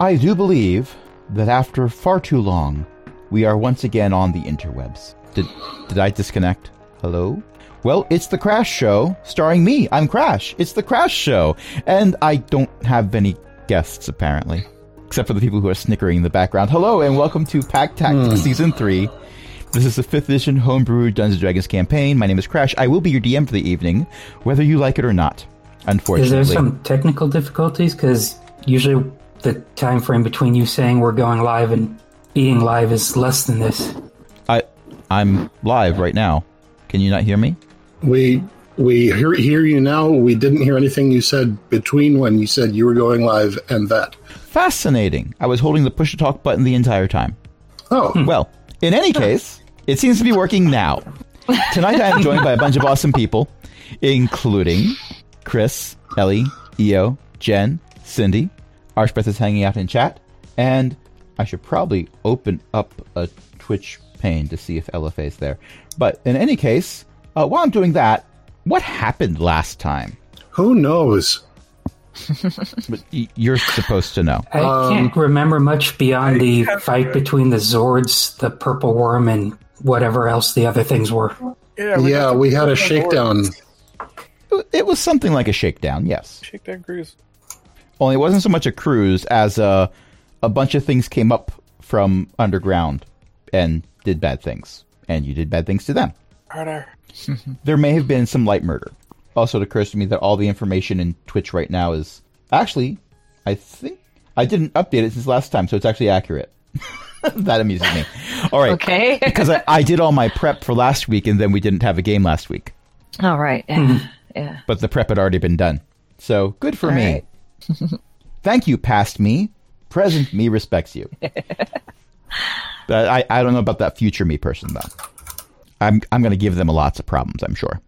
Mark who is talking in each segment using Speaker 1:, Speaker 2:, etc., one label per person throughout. Speaker 1: I do believe that after far too long, we are once again on the interwebs. Did did I disconnect? Hello? Well, it's the Crash Show, starring me. I'm Crash. It's the Crash Show, and I don't have any guests apparently, except for the people who are snickering in the background. Hello, and welcome to Pack Tactics
Speaker 2: Hmm.
Speaker 1: Season Three. This is the fifth edition homebrew Dungeons and Dragons campaign. My name is Crash. I will be your DM for the evening, whether you like it or not.
Speaker 2: Is
Speaker 1: Unfortunately,
Speaker 2: there some technical difficulties? Because usually the time frame between you saying we're going live and being live is less than this.
Speaker 1: I I'm live right now. Can you not hear me?
Speaker 3: We we hear, hear you now. We didn't hear anything you said between when you said you were going live and that.
Speaker 1: Fascinating. I was holding the push to talk button the entire time.
Speaker 3: Oh,
Speaker 1: Well, in any case, it seems to be working now. Tonight I am joined by a bunch of awesome people, including Chris, Ellie, Io, Jen, Cindy. Archbeth is hanging out in chat, and I should probably open up a Twitch pane to see if LFA is there. But in any case, uh, while I'm doing that, what happened last time?
Speaker 3: who knows?
Speaker 1: But y- You're supposed to know.
Speaker 2: I can't remember much beyond the fight between the Zords, the Purple Worm, and whatever else the other things were.
Speaker 4: Yeah,
Speaker 3: Yeah,
Speaker 4: got
Speaker 3: we
Speaker 4: the-
Speaker 3: had a
Speaker 4: the
Speaker 3: shakedown.
Speaker 4: board.
Speaker 1: It was something like a shakedown, yes.
Speaker 4: Shakedown cruise.
Speaker 1: Only it wasn't so much a cruise as a a bunch of things came up from underground and did bad things, and you did bad things to them.
Speaker 4: Harder.
Speaker 1: There may have been some light murder. Also, it occurs to me that all the information in Twitch right now is actually, I think I didn't update it since last time, so it's actually accurate. that amuses me. All right,
Speaker 5: Okay.
Speaker 1: because I, I did all my prep for last week, and then we didn't have a game last week,
Speaker 5: All right.
Speaker 3: Hmm.
Speaker 5: Yeah. yeah.
Speaker 1: but the prep had already been done. So good for
Speaker 5: All
Speaker 1: me.
Speaker 5: right.
Speaker 1: Thank you, past me. Present me respects you. But I, I don't know about that future me person, though. I'm, I'm going to give them lots of problems, I'm sure.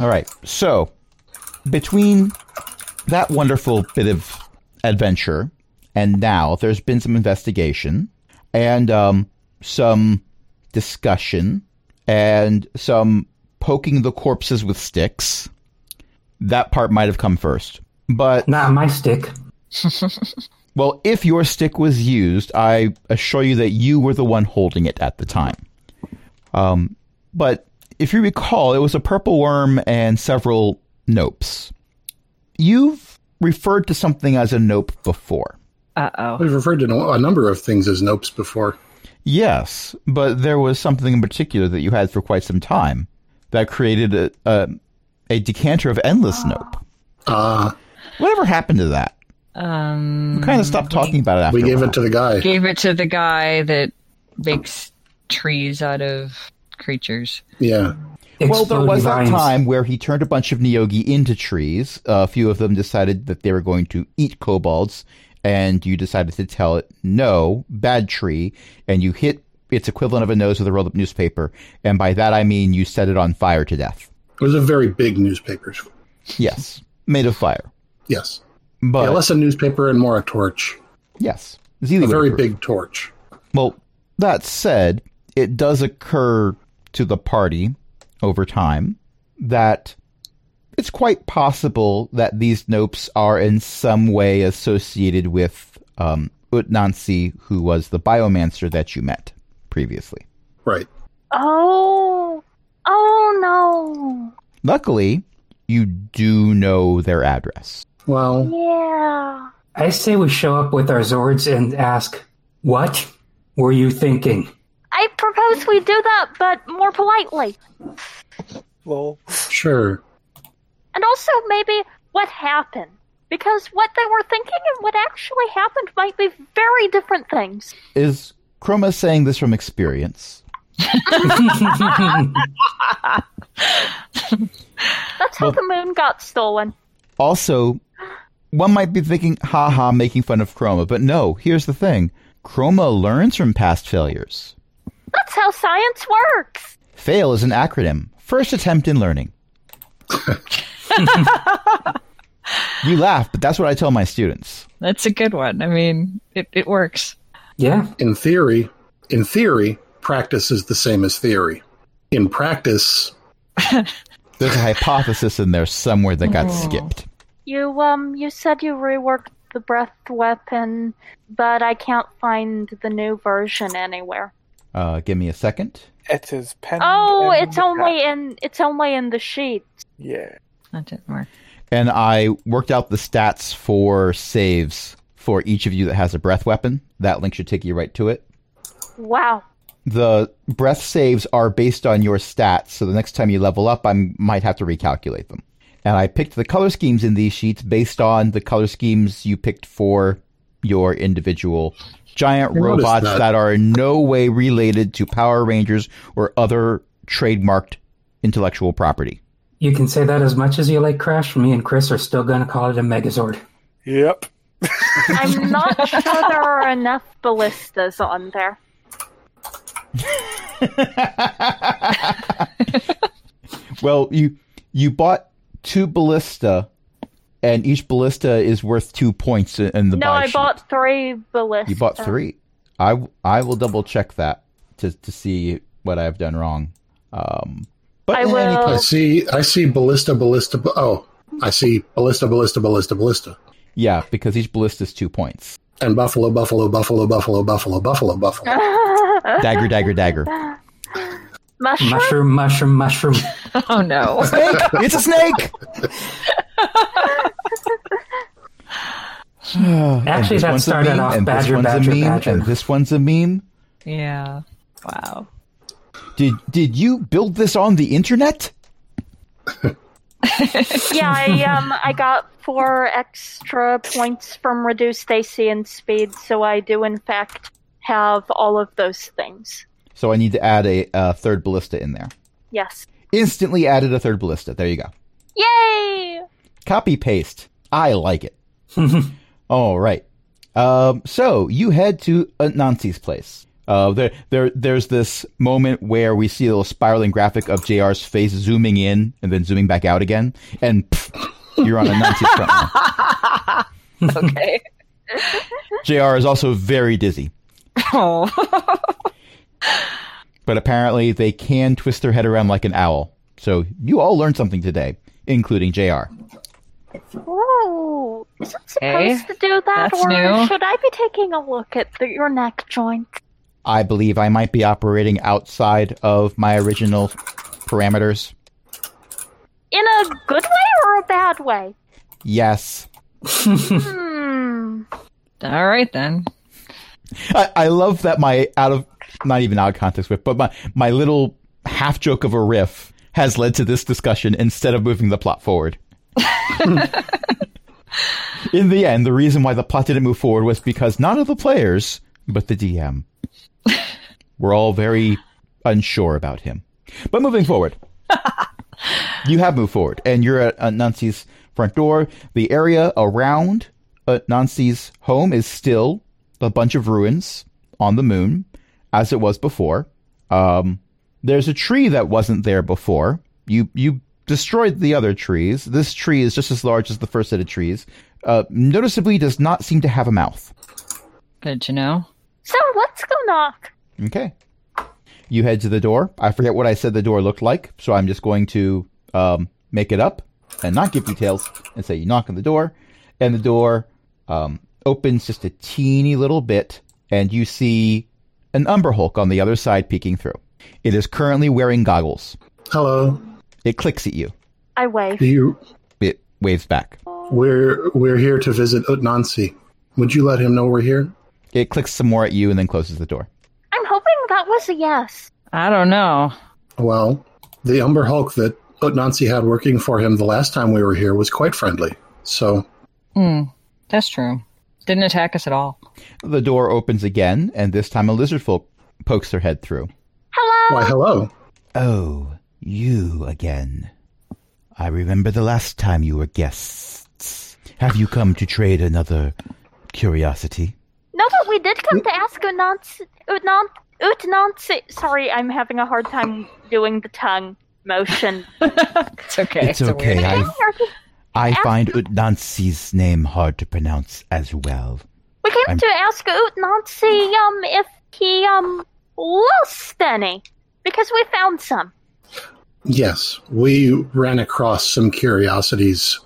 Speaker 1: All right. So, between that wonderful bit of adventure and now, there's been some investigation and um, some discussion and some poking the corpses with sticks. That part might have come first. But
Speaker 2: Not my stick.
Speaker 1: well, if your stick was used, I assure you that you were the one holding it at the time. Um, but if you recall, it was a purple worm and several nopes. You've referred to something as a nope before.
Speaker 5: Uh oh.
Speaker 3: We've referred to no- a number of things as nopes before.
Speaker 1: Yes, but there was something in particular that you had for quite some time that created a, a, a decanter of endless nope.
Speaker 3: Uh,
Speaker 1: Whatever happened to that?
Speaker 5: Um,
Speaker 1: We kind of stopped talking about it after
Speaker 3: we
Speaker 1: a
Speaker 3: gave
Speaker 1: while.
Speaker 3: it to the guy.
Speaker 5: gave it to the guy that makes trees out of creatures.
Speaker 3: Yeah.
Speaker 1: Well, there
Speaker 2: Exploding
Speaker 1: was that
Speaker 2: vines.
Speaker 1: time where he turned a bunch of Neogi into trees. a few of them decided that they were going to eat kobolds, and you decided to tell it, no, bad tree, and you hit its equivalent of a nose with a rolled up newspaper. And by that I mean you set it on fire to death.
Speaker 3: It was a very big newspaper.
Speaker 1: Yes, made of fire.
Speaker 3: Yes.
Speaker 1: But
Speaker 3: yeah, less a newspaper and more a torch.
Speaker 1: yes, Zeeley
Speaker 3: A
Speaker 1: would
Speaker 3: very
Speaker 1: approve.
Speaker 3: big torch.
Speaker 1: Well, that said, it does occur to the party over time that it's quite possible that these nopes are in some way associated with um, Utnansi, who was the biomancer that you met previously.
Speaker 3: Right.
Speaker 6: Oh, oh no!
Speaker 1: Luckily, you do know their address.
Speaker 3: Well,
Speaker 6: Yeah,
Speaker 2: I say we show up with our Zords and ask, What were you thinking?
Speaker 6: I propose we do that, but more politely.
Speaker 4: Lol.
Speaker 3: sure.
Speaker 6: And also maybe what happened, because what they were thinking and what actually happened might be very different things.
Speaker 1: Is Chroma saying this from experience?
Speaker 6: That's how the moon got stolen.
Speaker 1: Also, one might be thinking, haha, making fun of Chroma. But no, here's the thing Chroma learns from past failures.
Speaker 6: That's how science works.
Speaker 1: FAIL is an acronym. First attempt in learning. you laugh, but that's what I tell my students.
Speaker 5: That's a good one. I mean, it, it works.
Speaker 2: Yeah,
Speaker 3: In theory, in theory, practice is the same as theory. In practice,
Speaker 1: There's a hypothesis in there somewhere that got skipped.
Speaker 6: You um, you said you reworked the breath weapon, but I can't find the new version anywhere.
Speaker 1: Uh, give me a second.
Speaker 4: It is pen.
Speaker 6: Oh, it's only in it's only in the sheet.
Speaker 4: Yeah.
Speaker 5: That didn't work.
Speaker 1: and I worked out the stats for saves for each of you that has a breath weapon. That link should take you right to it.
Speaker 6: Wow.
Speaker 1: The breath saves are based on your stats, so the next time you level up, I might have to recalculate them. And I picked the color schemes in these sheets based on the color schemes you picked for your individual giant
Speaker 3: noticed
Speaker 1: robots
Speaker 3: that.
Speaker 1: that are in no way related to Power Rangers or other trademarked intellectual property.
Speaker 2: You can say that as much as you like, Crash. Me and Chris are still going to call it a Megazord.
Speaker 4: Yep.
Speaker 6: I'm not sure there are enough ballistas on there.
Speaker 1: Well, you you bought two ballista, and each ballista is worth two points in, in the
Speaker 6: no,
Speaker 1: buy
Speaker 6: I
Speaker 1: sheet.
Speaker 6: bought three ballistas.
Speaker 1: You bought three. I w- I will double check that to to see what I have done wrong. Um, but
Speaker 6: I
Speaker 1: in any
Speaker 6: will-
Speaker 3: I
Speaker 1: case,
Speaker 3: see. I see. Ballista. Ballista. ba- Oh, I see. Ballista. Ballista. Ballista. Ballista.
Speaker 1: yeah, because each ballista is two points.
Speaker 3: And buffalo. Buffalo. Buffalo. Buffalo. Buffalo. Buffalo. Buffalo.
Speaker 1: Dagger, dagger, dagger.
Speaker 6: Mushroom?
Speaker 2: Mushroom, mushroom, mushroom.
Speaker 5: Oh no.
Speaker 1: snake! It's a snake. And
Speaker 2: Actually,
Speaker 1: this
Speaker 2: that
Speaker 1: one's a
Speaker 2: started
Speaker 1: meme,
Speaker 2: off
Speaker 1: and this
Speaker 2: badger,
Speaker 1: one's
Speaker 2: badger,
Speaker 1: a meme,
Speaker 2: badger.
Speaker 1: and this one's a meme.
Speaker 5: yeah. Wow.
Speaker 1: Did did you build this on the internet?
Speaker 6: yeah, I um I got four extra points from reduced AC and speed, so I do in fact have all of those things.
Speaker 1: So I need to add a, a third ballista in there.
Speaker 6: Yes.
Speaker 1: Instantly added a third ballista. There you go.
Speaker 6: Yay!
Speaker 1: Copy paste. I like it. All right. Um, so you head to uh, Nancy's place. Uh, there, there, there's this moment where we see a little spiraling graphic of JR's face zooming in and then zooming back out again, and pff, you're on a Nancy's front lawn.
Speaker 3: Hmm.
Speaker 5: Okay.
Speaker 1: JR is also very dizzy,
Speaker 5: oh.
Speaker 1: but apparently they can twist their head around like an owl. So you all learned something today, including JR.
Speaker 6: Ooh, is it supposed
Speaker 5: Okay,
Speaker 6: to do that,
Speaker 5: that's
Speaker 6: or
Speaker 5: new.
Speaker 6: should I be taking a look at the, your neck joint?
Speaker 1: I believe I might be operating outside of my original parameters.
Speaker 6: In a good way or a bad way?
Speaker 1: Yes.
Speaker 6: Hmm.
Speaker 5: All right then.
Speaker 1: I, I love that my out of not even out of context riff, but my, my little half joke of a riff has led to this discussion instead of moving the plot forward. In the end, the reason why the plot didn't move forward was because none of the players, but the DM, were all very unsure about him. But moving forward, you have moved forward, and you're at uh, Nancy's front door. The area around uh, Nancy's home is still a bunch of ruins on the moon, as it was before. Um, there's a tree that wasn't there before. You you destroyed the other trees. This tree is just as large as the first set of trees. Uh, noticeably, does not seem to have a mouth.
Speaker 5: Good to know.
Speaker 6: So let's go knock.
Speaker 1: Okay. You head to the door. I forget what I said the door looked like, so I'm just going to um, make it up and not give details and say you knock on the door, and the door um, opens just a teeny little bit, and you see an Umber Hulk on the other side peeking through. It is currently wearing goggles.
Speaker 3: Hello.
Speaker 1: It clicks at you.
Speaker 6: I wave.
Speaker 3: Do you?
Speaker 1: It waves back.
Speaker 3: We're we're here to visit Utnansi. Would you let him know we're here?
Speaker 1: It clicks some more at you and then closes the door.
Speaker 6: I'm hoping that was a yes.
Speaker 5: I don't know.
Speaker 3: Well, the Umber Hulk that Utnansi had working for him the last time we were here was quite friendly. So
Speaker 5: Hmm. That's true. Didn't attack us at all.
Speaker 1: The door opens again, and this time a lizard folk pokes their head through.
Speaker 6: Hello.
Speaker 3: why hello.
Speaker 1: Oh, you again. I remember the last time you were guests. Have you come to trade another curiosity?
Speaker 6: No, but we did come to ask Utnansi. Utnan- Utnansi. Sorry, I'm having a hard time doing the tongue motion.
Speaker 5: It's okay.
Speaker 1: it's
Speaker 5: a
Speaker 1: okay.
Speaker 5: weird-
Speaker 1: I, I find Udnansi's name hard to pronounce as well.
Speaker 6: We came
Speaker 1: I'm-
Speaker 6: to ask Utnansi um if he um lost any because we found some.
Speaker 3: Yes, we ran across some curiosities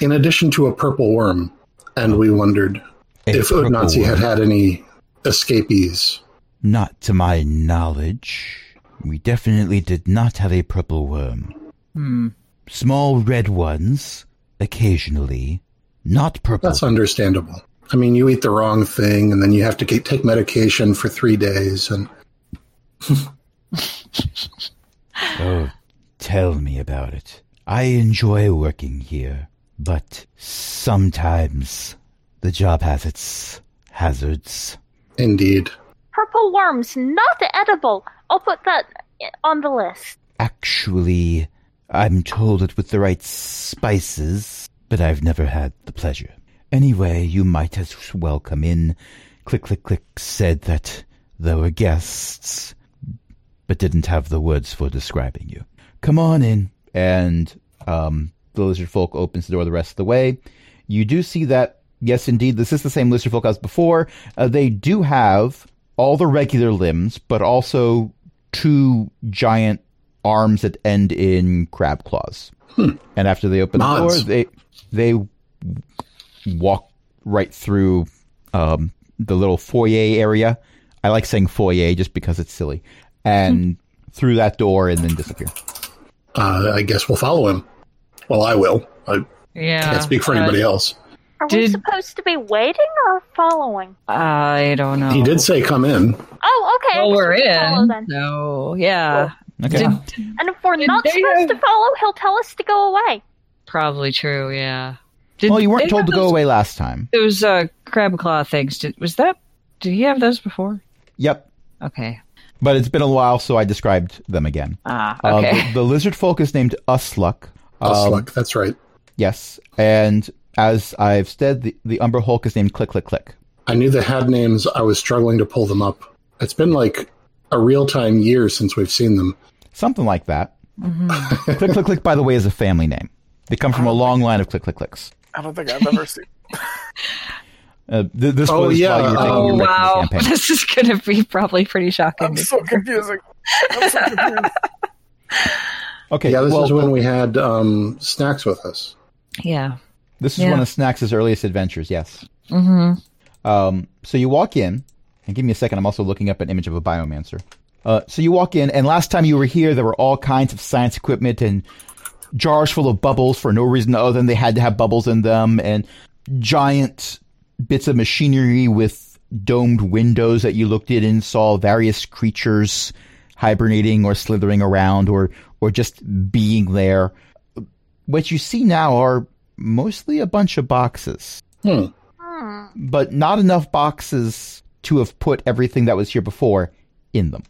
Speaker 3: in addition to a purple worm and we wondered
Speaker 1: A
Speaker 3: if Udnazi had
Speaker 1: crooked
Speaker 3: had any escapees.
Speaker 1: Not to my knowledge. We definitely did not have a purple worm.
Speaker 5: Hmm.
Speaker 1: Small red ones, occasionally. Not purple.
Speaker 3: That's understandable. I mean, you eat the wrong thing, and then you have to ke- take medication for three days, and
Speaker 1: Oh, tell me about it. I enjoy working here, but sometimes the job has its hazards.
Speaker 3: indeed,
Speaker 6: Purple worms, not edible. I'll put that on the list.
Speaker 1: Actually, I'm told it with the right spices, but I've never had the pleasure. Anyway, you might as well come in. Click, click, click said that there were guests, but didn't have the words for describing you. Come on in. And um, the lizard folk opens the door the rest of the way. You do see that, yes, indeed, this is the same lizard folk as before. Uh, they do have all the regular limbs, but also two giant arms that end in crab claws. And after they open
Speaker 3: Mods.
Speaker 1: the door, they they walk right through um, the little foyer area. I like saying foyer just because it's silly. And
Speaker 5: Hmm.
Speaker 1: through that door and then disappear.
Speaker 3: uh, I guess we'll follow him. Well, I will. I
Speaker 5: Yeah.
Speaker 3: can't speak for anybody else.
Speaker 6: Are we
Speaker 5: Did-
Speaker 6: supposed to be waiting or following?
Speaker 5: I don't know.
Speaker 3: He did say come in.
Speaker 6: Oh, okay. I
Speaker 5: Well,
Speaker 6: guess
Speaker 5: we're
Speaker 6: we can follow
Speaker 5: in.
Speaker 6: then.
Speaker 5: So yeah,
Speaker 1: Okay.
Speaker 5: Did-
Speaker 6: And if we're
Speaker 5: Did
Speaker 6: not
Speaker 5: they
Speaker 6: supposed
Speaker 5: have-
Speaker 6: to follow, he'll tell us to go away.
Speaker 5: probably true. Yeah. Did
Speaker 1: well, you
Speaker 5: they
Speaker 1: weren't told
Speaker 5: have
Speaker 1: to go
Speaker 5: those-
Speaker 1: away last time.
Speaker 5: Those uh, crab claw things. Did, was that? Did he have those before?
Speaker 1: Yep.
Speaker 5: Okay.
Speaker 1: But it's been a while, so I described them again.
Speaker 5: Ah.
Speaker 1: Uh,
Speaker 5: Okay.
Speaker 1: the, the lizard folk is named Usluck. Um,
Speaker 3: Osluck, that's right.
Speaker 1: Yes. And as I've said, the, the Umber Hulk is named Click Click Click.
Speaker 3: I knew they had names. I was struggling to pull them up. It's been like a real time year since we've seen them.
Speaker 1: Something like that.
Speaker 5: Mm-hmm.
Speaker 1: click Click Click, by the way, is a family name. They come
Speaker 5: Oh.
Speaker 1: from a long line of Click Click Clicks.
Speaker 4: I don't think I've ever seen.
Speaker 1: Uh, th- this
Speaker 3: Oh,
Speaker 1: was
Speaker 3: yeah.
Speaker 1: while you were taking
Speaker 5: oh
Speaker 1: your break from the
Speaker 5: wow,
Speaker 1: campaign.
Speaker 5: this is gonna be probably pretty shocking.
Speaker 4: I'm so confusing. I'm so confused.
Speaker 1: Okay,
Speaker 3: yeah, this
Speaker 1: well,
Speaker 3: is when we had um, snacks with us.
Speaker 5: yeah.
Speaker 1: this is
Speaker 5: yeah.
Speaker 1: one of Snacks' earliest adventures, yes.
Speaker 5: hmm
Speaker 1: Um, so you walk in, and give me a second, I'm also looking up an image of a biomancer. Uh, so you walk in, and last time you were here, there were all kinds of science equipment and jars full of bubbles for no reason other than they had to have bubbles in them, and giant bits of machinery with domed windows that you looked in and saw various creatures hibernating or slithering around or or just being there. What you see now are mostly a bunch of boxes
Speaker 3: Hmm.
Speaker 6: Hmm.
Speaker 1: but not enough boxes to have put everything that was here before in them.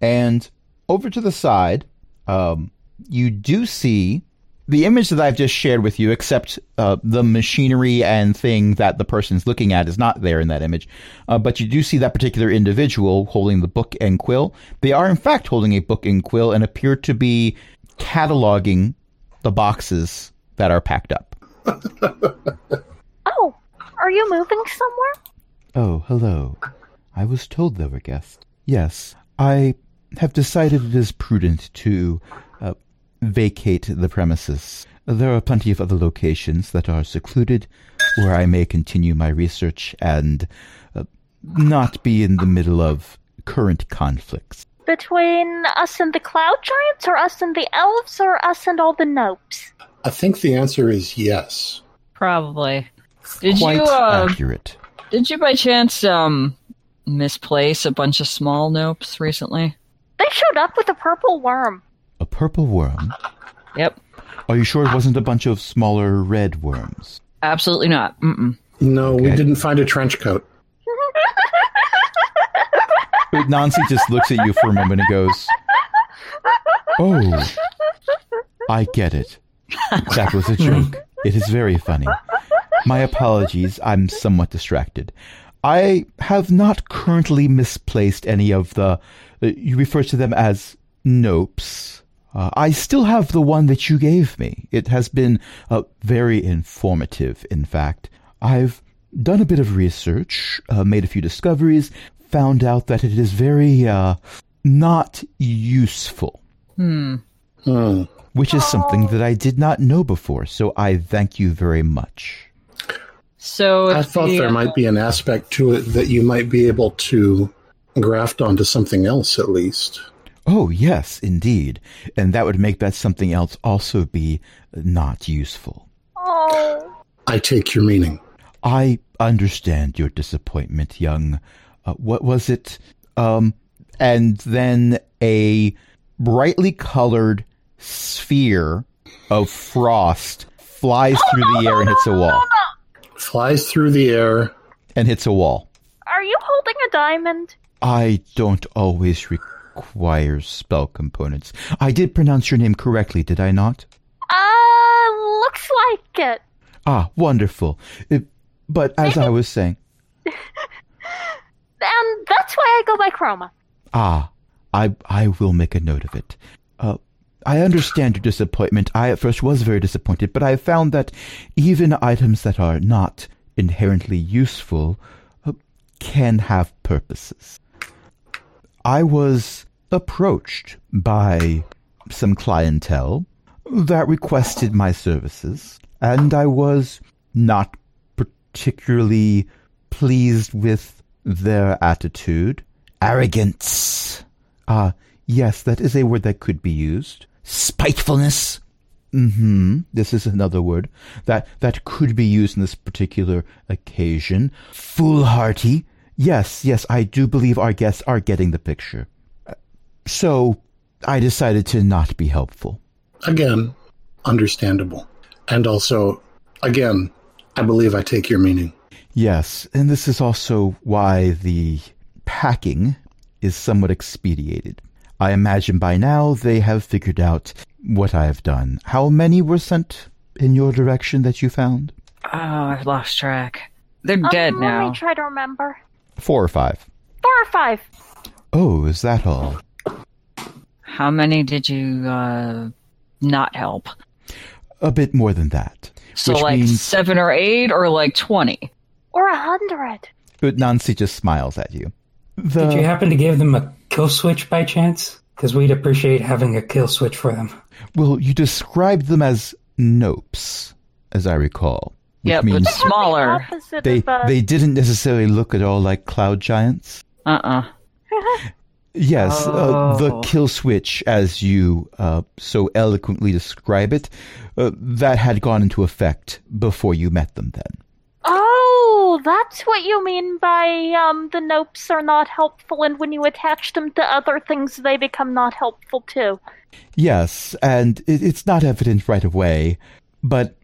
Speaker 1: And over to the side, um, you do see the image that I've just shared with you, except uh, the machinery and thing that the person's looking at is not there in that image. Uh, but you do see that particular individual holding the book and quill. They are, in fact, holding a book and quill and appear to be cataloging the boxes that are packed up.
Speaker 6: Oh, are you moving somewhere?
Speaker 1: Oh, hello. I was told there were guests. Yes, I have decided it is prudent to uh, vacate the premises. There are plenty of other locations that are secluded where I may continue my research and uh, not be in the middle of current conflicts.
Speaker 6: Between us and the cloud giants, or us and the elves, or us and all the nopes?
Speaker 3: I think the answer is yes.
Speaker 5: Probably. Did
Speaker 1: Quite
Speaker 5: you uh,
Speaker 1: accurate.
Speaker 5: did you by chance um misplace a bunch of small nopes recently?
Speaker 6: They showed up with a purple worm.
Speaker 1: A purple worm?
Speaker 5: Yep.
Speaker 1: Are you sure it wasn't a bunch of smaller red worms?
Speaker 5: Absolutely not. Mm-mm.
Speaker 3: No, we
Speaker 1: Okay.
Speaker 3: didn't find a trench coat.
Speaker 1: But Nancy just looks at you for a moment and goes, Oh, I get it. That was a joke. It is very funny. My apologies, I'm somewhat distracted. I have not currently misplaced any of the. Uh, you refer to them as nopes. Uh, I still have the one that you gave me. It has been uh, very informative, in fact. I've done a bit of research, uh, made a few discoveries, found out that it is very uh, not useful.
Speaker 5: Hmm.
Speaker 3: Hmm.
Speaker 1: which is something that I did not know before, so I thank you very much.
Speaker 5: So
Speaker 3: I
Speaker 5: if
Speaker 3: thought
Speaker 5: the, uh,
Speaker 3: there might be an aspect to it that you might be able to graft onto something else at least.
Speaker 1: Oh, yes, indeed. And that would make that something else also be not useful.
Speaker 6: Oh,
Speaker 3: I take your meaning.
Speaker 1: I understand your disappointment, young. Uh, what was it? Um, and then a brightly colored sphere of frost flies through the air and hits a wall.
Speaker 3: Flies through the air.
Speaker 1: And hits a wall.
Speaker 6: are you holding a diamond?
Speaker 1: I don't always require spell components. I did pronounce your name correctly, did I not?
Speaker 6: Uh, looks like it.
Speaker 1: Ah, wonderful. Uh, but as I was saying,
Speaker 6: And that's why I go by Chroma.
Speaker 1: Ah, I I will make a note of it. Uh, I understand your disappointment. I at first was very disappointed, but I have found that even items that are not inherently useful uh, can have purposes. I was approached by some clientele that requested my services, and I was not particularly pleased with their attitude. Arrogance. Ah, yes, that is a word that could be used. Spitefulness. Hmm. This is another word that that could be used in this particular occasion. Foolhardy. Yes, yes, I do believe our guests are getting the picture. Uh, So, I decided to not be helpful.
Speaker 3: Again, understandable. And also, again, I believe I take your meaning.
Speaker 1: Yes, and this is also why the packing is somewhat expedited. I imagine by now they have figured out what I have done. How many were sent in your direction that you found?
Speaker 5: oh, I've lost track. They're
Speaker 6: Um,
Speaker 5: dead
Speaker 6: Let
Speaker 5: now.
Speaker 6: me try to remember.
Speaker 1: Four or five.
Speaker 6: Four or five.
Speaker 1: Oh, is that all?
Speaker 5: How many did you uh, not help?
Speaker 1: A bit more than that.
Speaker 5: So
Speaker 1: which
Speaker 5: like
Speaker 1: means
Speaker 5: seven or eight, or like twenty.
Speaker 6: Or a hundred.
Speaker 1: but Nancy just smiles at you. The,
Speaker 2: Did you happen to give them a kill switch by chance? Because we'd appreciate having a kill switch for them.
Speaker 1: well, you described them as nopes, as I recall. Which
Speaker 5: Yep,
Speaker 1: means
Speaker 5: but smaller.
Speaker 6: Opposite
Speaker 1: they
Speaker 6: of a-
Speaker 1: they didn't necessarily look at all like cloud giants.
Speaker 5: Uh uh
Speaker 1: Yes, uh, the
Speaker 5: Oh.
Speaker 1: kill switch, as you uh, so eloquently describe it, uh, that had gone into effect before you met them then.
Speaker 6: Oh, that's what you mean by um, the nopes are not helpful, and when you attach them to other things, they become not helpful too.
Speaker 1: Yes, and it, it's not evident right away, but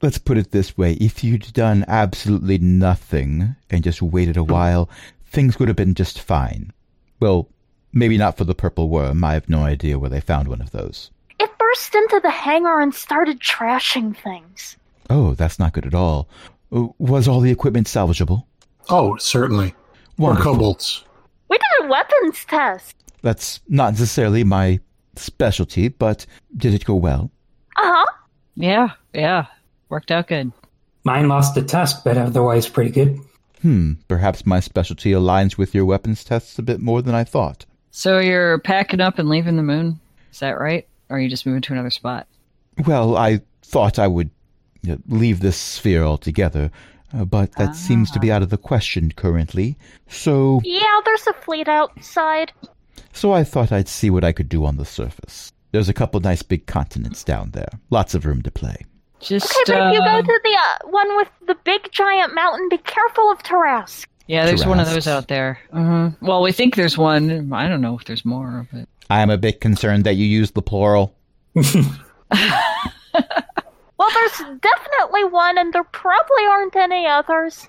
Speaker 1: let's put it this way if you'd done absolutely nothing and just waited a while, things would have been just fine. Well, maybe not for the purple worm. I have no idea where they found one of those.
Speaker 6: It burst into the hangar and started trashing things.
Speaker 1: Oh, that's not good at all. Uh, Was all the equipment salvageable?
Speaker 3: Oh, certainly. Or
Speaker 1: Wonderful.
Speaker 3: kobolds.
Speaker 6: We did a weapons test.
Speaker 1: That's not necessarily my specialty, but did it go well?
Speaker 6: Uh huh.
Speaker 5: Yeah, yeah. Worked out good.
Speaker 2: Mine lost a tusk, but otherwise pretty good.
Speaker 1: Hmm, perhaps my specialty aligns with your weapons tests a bit more than I thought.
Speaker 5: So you're packing up and leaving the moon? Is that right? Or are you just moving to another spot?
Speaker 1: Well, I thought I would you know, leave this sphere altogether, uh, but that seems to be out of the question currently. So,
Speaker 6: Yeah, there's a fleet outside.
Speaker 1: so I thought I'd see what I could do on the surface. There's a couple nice big continents down there. Lots of room to play.
Speaker 5: Just
Speaker 6: Okay, but if you
Speaker 5: uh,
Speaker 6: go to the uh, one with the big giant mountain, be careful of Tarask.
Speaker 5: yeah, there's one of
Speaker 1: Tarasques.
Speaker 5: those out there. uh Well, we think there's one. I don't know if there's more, but
Speaker 1: I am a bit concerned that you used the plural.
Speaker 6: Well, there's definitely one, and there probably aren't any others.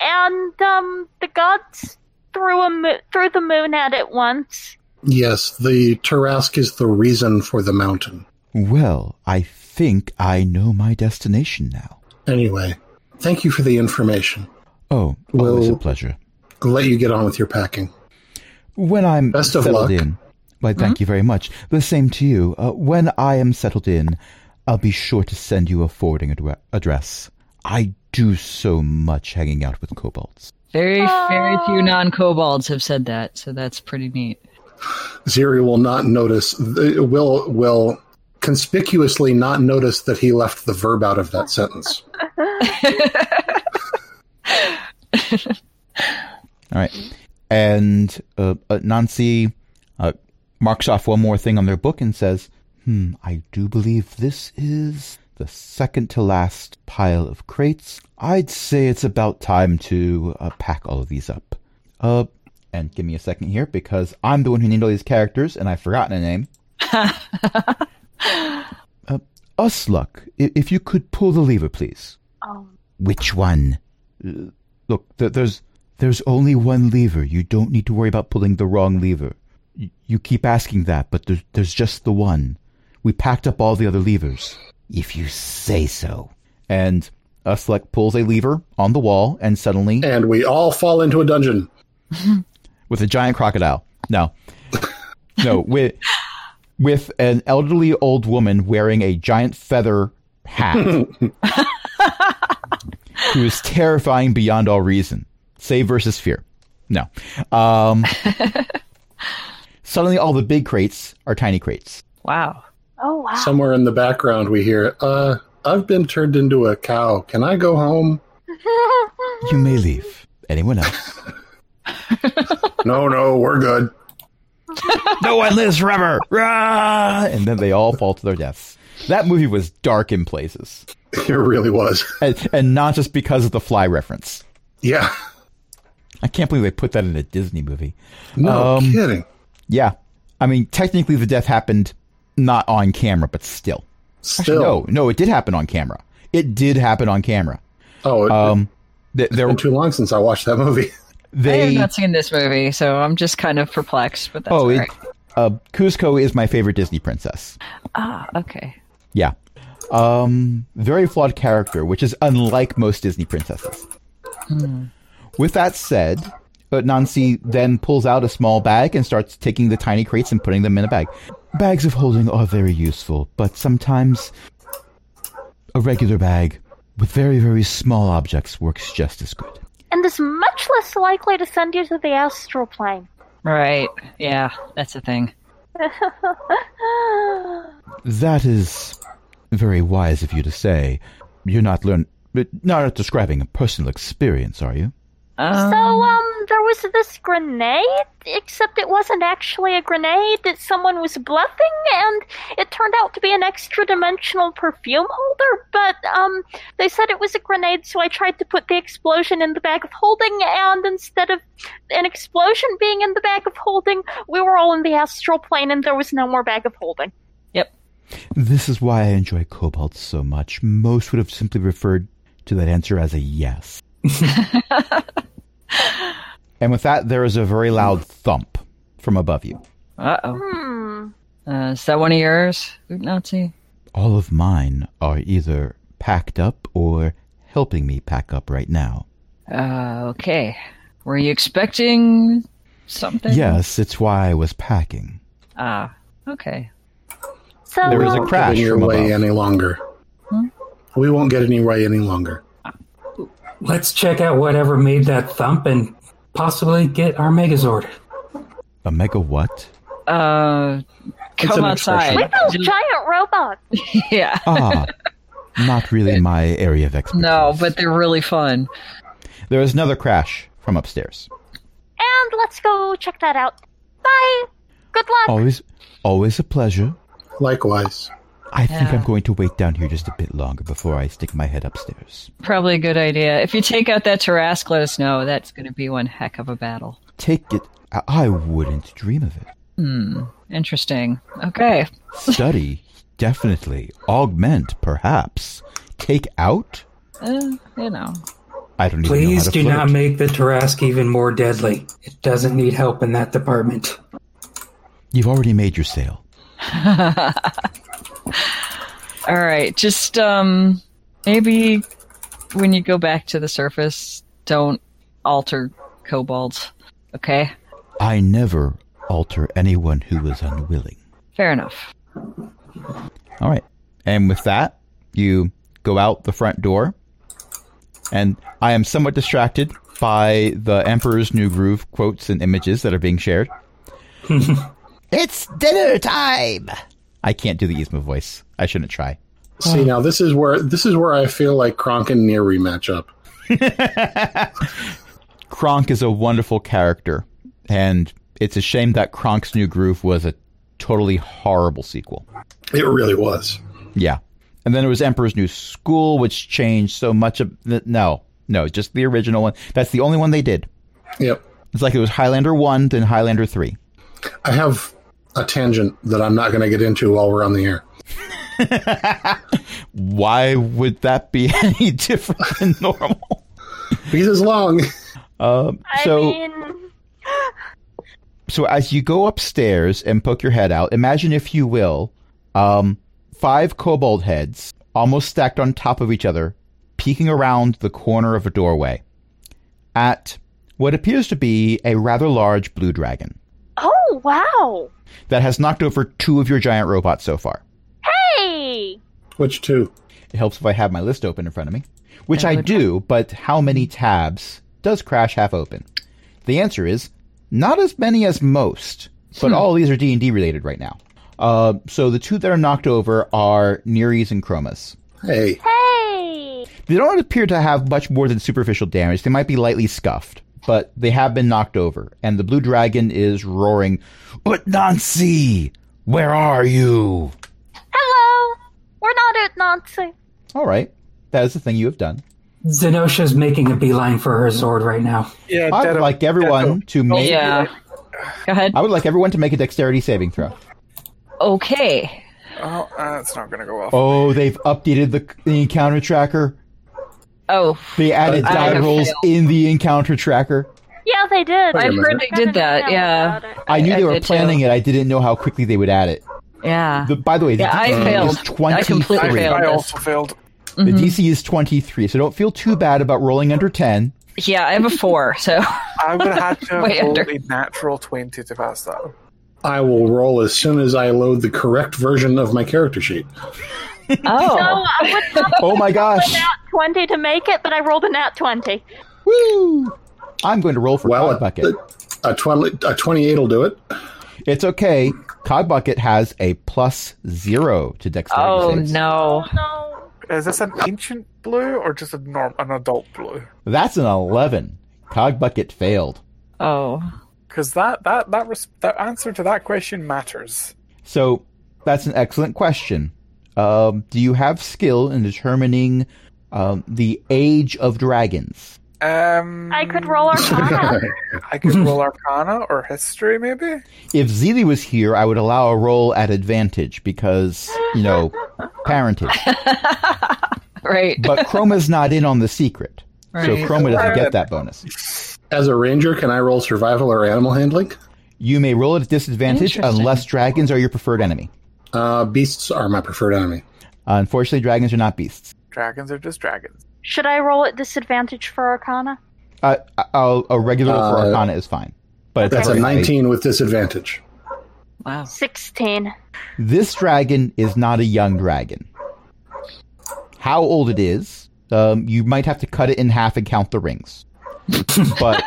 Speaker 6: And um, the gods threw a mo- threw the moon at it once.
Speaker 3: Yes, the Tarask is the reason for the mountain.
Speaker 1: Well, I think I know my destination now.
Speaker 3: Anyway, thank you for the information.
Speaker 1: Oh, always a
Speaker 3: Well-
Speaker 1: pleasure.
Speaker 3: I'll let you get on with your packing.
Speaker 1: When I'm
Speaker 3: Best of
Speaker 1: settled
Speaker 3: luck.
Speaker 1: in, why, thank you very much. The same to you. Uh, when I am settled in, I'll be sure to send you a forwarding adre- address. I do so much hanging out with kobolds.
Speaker 5: very, very
Speaker 6: Uh.
Speaker 5: few non kobolds have said that. So that's pretty neat.
Speaker 3: Ziri will not notice. th- Will will conspicuously not noticed that he left the verb out of that sentence.
Speaker 1: All right. And uh, uh, Nancy uh, marks off one more thing on their book and says, Hmm, I do believe this is the second to last pile of crates. I'd say it's about time to uh, pack all of these up. Uh, and give me a second here because I'm the one who named all these characters and I've forgotten a name. uh, Usluck, i- if you could pull the lever, please.
Speaker 6: Um,
Speaker 1: Which one? Uh, Look, th- there's there's only one lever. You don't need to worry about pulling the wrong lever. Y- you keep asking that, but there's, there's just the one. We packed up all the other levers. If you say so. And Uslek pulls a lever on the wall, and suddenly,
Speaker 3: And we all fall into a dungeon.
Speaker 1: with a giant crocodile. No, no, with with an elderly old woman wearing a giant feather hat, who is terrifying beyond all reason. Save versus fear. No. Um, suddenly, all the big crates are tiny crates.
Speaker 5: wow.
Speaker 6: oh wow.
Speaker 3: Somewhere in the background, we hear, uh, I've been turned into a cow. Can I go home?
Speaker 1: You may leave. Anyone else?
Speaker 3: no, no, we're good.
Speaker 1: no one lives forever. Rah! And then they all fall to their deaths. That movie was dark in places,
Speaker 3: It really was.
Speaker 1: and, and not just because of the fly reference.
Speaker 3: Yeah.
Speaker 1: I can't believe they put that in a Disney movie.
Speaker 3: No
Speaker 1: Um,
Speaker 3: kidding.
Speaker 1: Yeah. I mean, technically the death happened not on camera, but still.
Speaker 3: Still.
Speaker 1: No, no, it did happen on camera. It did happen on camera.
Speaker 3: Oh, it,
Speaker 1: Um, th-
Speaker 3: it's
Speaker 1: there,
Speaker 3: been too long since I watched that movie.
Speaker 5: I have
Speaker 1: they,
Speaker 5: not seen this movie, so I'm just kind of perplexed. But that's
Speaker 1: oh,
Speaker 5: all
Speaker 1: it,
Speaker 5: right.
Speaker 1: uh, Cusco is my favorite Disney princess.
Speaker 5: ah, okay.
Speaker 1: Yeah. Um, very flawed character, which is unlike most Disney princesses. With that said, uh, Nancy then pulls out a small bag and starts taking the tiny crates and putting them in a bag. Bags of holding are very useful, but sometimes a regular bag with very, very small objects works just as good.
Speaker 6: and is much less likely to send you to the astral plane.
Speaker 5: Right. Yeah, that's a thing.
Speaker 1: That is very wise of you to say. You're not learn, but not describing a personal experience, are you?
Speaker 5: Um,
Speaker 6: So, um, there was this grenade, except it wasn't actually a grenade. It, someone was bluffing, and it turned out to be an extra dimensional perfume holder, but, um, they said it was a grenade, so I tried to put the explosion in the bag of holding, and instead of an explosion being in the bag of holding, we were all in the astral plane, and there was no more bag of holding.
Speaker 5: yep.
Speaker 1: This is why I enjoy Cobalt so much. Most would have simply referred to that answer as a yes. and with that, there is a very loud thump from above you.
Speaker 5: Uh-oh.
Speaker 6: Hmm.
Speaker 5: Uh, is that one of yours, Nazi?
Speaker 1: All of mine are either packed up or helping me pack up right now.
Speaker 5: Uh, okay. Were you expecting something?
Speaker 1: Yes, it's why I was packing.
Speaker 5: Ah, okay.
Speaker 6: So,
Speaker 1: There
Speaker 3: we
Speaker 1: was a
Speaker 6: um,
Speaker 3: won't
Speaker 1: crash
Speaker 3: get in your
Speaker 1: from
Speaker 3: way
Speaker 1: above.
Speaker 3: any longer. We won't get any way any longer.
Speaker 2: Let's check out whatever made that thump and possibly get our Megazord.
Speaker 1: A mega what?
Speaker 5: Uh, come
Speaker 3: an
Speaker 5: outside.
Speaker 3: expression.
Speaker 6: those giant robots.
Speaker 5: yeah.
Speaker 1: Ah, not really my area of expertise.
Speaker 5: No, but they're really fun.
Speaker 1: there is another crash from upstairs.
Speaker 6: And let's go check that out. Bye. Good luck.
Speaker 1: Always, always a pleasure.
Speaker 3: Likewise.
Speaker 1: I think
Speaker 5: Yeah.
Speaker 1: I'm going to wait down here just a bit longer before I stick my head upstairs.
Speaker 5: Probably a good idea. If you take out that Tarrasque, let us know. That's going to be one heck of a battle.
Speaker 1: Take it. I- I wouldn't dream of it.
Speaker 5: Interesting. Okay.
Speaker 1: Study, definitely. Augment, perhaps. Take out?
Speaker 5: Uh, you know.
Speaker 1: I don't even know how
Speaker 2: Please
Speaker 1: to
Speaker 2: do
Speaker 1: flirt.
Speaker 2: not make the Tarrasque even more deadly. It doesn't need help in that department.
Speaker 1: You've already made your sale.
Speaker 5: All right. Just um, maybe when you go back to the surface, don't alter kobolds. Okay.
Speaker 1: I never alter anyone who is unwilling.
Speaker 5: Fair enough.
Speaker 1: All right. And with that, you go out the front door. And I am somewhat distracted by the Emperor's New Groove quotes and images that are being shared. it's dinner time! I can't do the Yzma voice. I shouldn't try.
Speaker 3: See now, this is where this is where I feel like Kronk and Neri match up.
Speaker 1: Kronk is a wonderful character, and it's a shame that Kronk's New Groove was a totally horrible sequel.
Speaker 3: It really was.
Speaker 1: Yeah. And then it was Emperor's New School, which changed so much of the, no, no, just the original one. That's the only one they did.
Speaker 3: Yep.
Speaker 1: It's like it was Highlander 1, then Highlander 3.
Speaker 3: I have a tangent that I'm not going to get into while we're on the air.
Speaker 1: Why would that be any different than normal?
Speaker 3: Because it's long.
Speaker 1: Um,
Speaker 6: I
Speaker 1: so,
Speaker 6: mean,
Speaker 1: so as you go upstairs and poke your head out, imagine, if you will, um, five kobold heads almost stacked on top of each other, peeking around the corner of a doorway at what appears to be a rather large blue dragon
Speaker 6: oh wow!
Speaker 1: that has knocked over two of your giant robots so far.
Speaker 6: Hey,
Speaker 3: Which two?
Speaker 1: It helps if I have my list open in front of me, which I
Speaker 5: would-
Speaker 1: do, but how many tabs does Crash have open? The answer is not as many as most, but all these are D&D related right now. Uh, so the two that are knocked over are Nereus and Chromas.
Speaker 3: Hey,
Speaker 6: hey!
Speaker 1: They don't appear to have much more than superficial damage. They might be lightly scuffed, but they have been knocked over, and the blue dragon is roaring, Utnansi! Where are you?
Speaker 6: Hello. We're not at Nancy.
Speaker 1: All right. That is the thing you have done.
Speaker 2: Zenosha's making a beeline for her Zord right now.
Speaker 4: Yeah,
Speaker 1: I
Speaker 4: dead
Speaker 1: would
Speaker 4: of-
Speaker 1: like everyone to make
Speaker 5: Yeah. Go ahead.
Speaker 1: I would like everyone to make a dexterity saving throw.
Speaker 5: Okay.
Speaker 4: Oh, uh, it's not gonna go off.
Speaker 1: Oh, they've updated the, the encounter tracker.
Speaker 5: Oh,
Speaker 1: They added
Speaker 5: I
Speaker 1: die
Speaker 5: have
Speaker 1: rolls
Speaker 5: failed.
Speaker 1: in the encounter tracker.
Speaker 6: Yeah, they did.
Speaker 3: Wait a
Speaker 5: I've
Speaker 3: minute.
Speaker 5: heard they did that. Yeah.
Speaker 1: I knew
Speaker 5: I
Speaker 1: they were
Speaker 5: did too.
Speaker 1: planning it. I didn't know how quickly they would add it.
Speaker 5: Yeah.
Speaker 1: The, by the way, the
Speaker 5: Yeah, I
Speaker 1: DC
Speaker 5: failed.
Speaker 1: is
Speaker 5: I
Speaker 1: 23.
Speaker 5: completely
Speaker 4: I,
Speaker 5: failed Mm-hmm.
Speaker 4: I
Speaker 5: this.
Speaker 4: also failed.
Speaker 1: The DC is 23, so don't feel too bad about rolling under 10.
Speaker 5: Yeah, I have a four, so
Speaker 4: I would have had to have
Speaker 5: Way
Speaker 4: rolled
Speaker 5: under.
Speaker 4: a natural twenty to pass that.
Speaker 3: I will roll as soon as I load the correct version of my character sheet.
Speaker 5: Oh.
Speaker 6: No, I would not
Speaker 1: Oh my gosh.
Speaker 6: nat twenty to make it, but I rolled a nat twenty.
Speaker 1: Woo! I'm going to roll for
Speaker 3: Well, a,
Speaker 1: Cogbucket.
Speaker 3: a, 20, a 28 will do it.
Speaker 1: It's okay. Cogbucket has a plus zero to dexterity
Speaker 5: Oh
Speaker 1: saves.
Speaker 5: no.
Speaker 6: No.
Speaker 4: Is this an ancient blue or just a norm, an adult blue?
Speaker 1: That's an 11. Cogbucket failed.
Speaker 5: Oh.
Speaker 4: Because that that that, res- that answer to that question matters.
Speaker 1: So that's an excellent question. Um, do you have skill in determining um, the age of dragons?
Speaker 4: Um,
Speaker 6: I could roll Arcana.
Speaker 4: I could roll Arcana or History, maybe.
Speaker 1: If Zili was here, I would allow a roll at advantage because you know parentage.
Speaker 5: Right.
Speaker 1: But Chroma's not in on the secret, so
Speaker 5: Right.
Speaker 1: Chroma doesn't get that bonus.
Speaker 3: As a ranger, can I roll survival or animal handling?
Speaker 1: You may roll at a disadvantage
Speaker 5: Interesting.
Speaker 1: unless dragons are your preferred enemy. Uh,
Speaker 3: Uh, beasts are my preferred enemy.
Speaker 1: Unfortunately, dragons are not beasts.
Speaker 4: Dragons are just dragons.
Speaker 6: Should I roll at disadvantage for Arcana?
Speaker 1: Uh, a- a, a regular roll for
Speaker 3: Uh,
Speaker 1: Arcana is fine, but it's
Speaker 3: That's a
Speaker 1: alright.
Speaker 3: 19 with disadvantage.
Speaker 5: Wow.
Speaker 6: Sixteen.
Speaker 1: This dragon is not a young dragon. How old it is, um, you might have to cut it in half and count the rings. But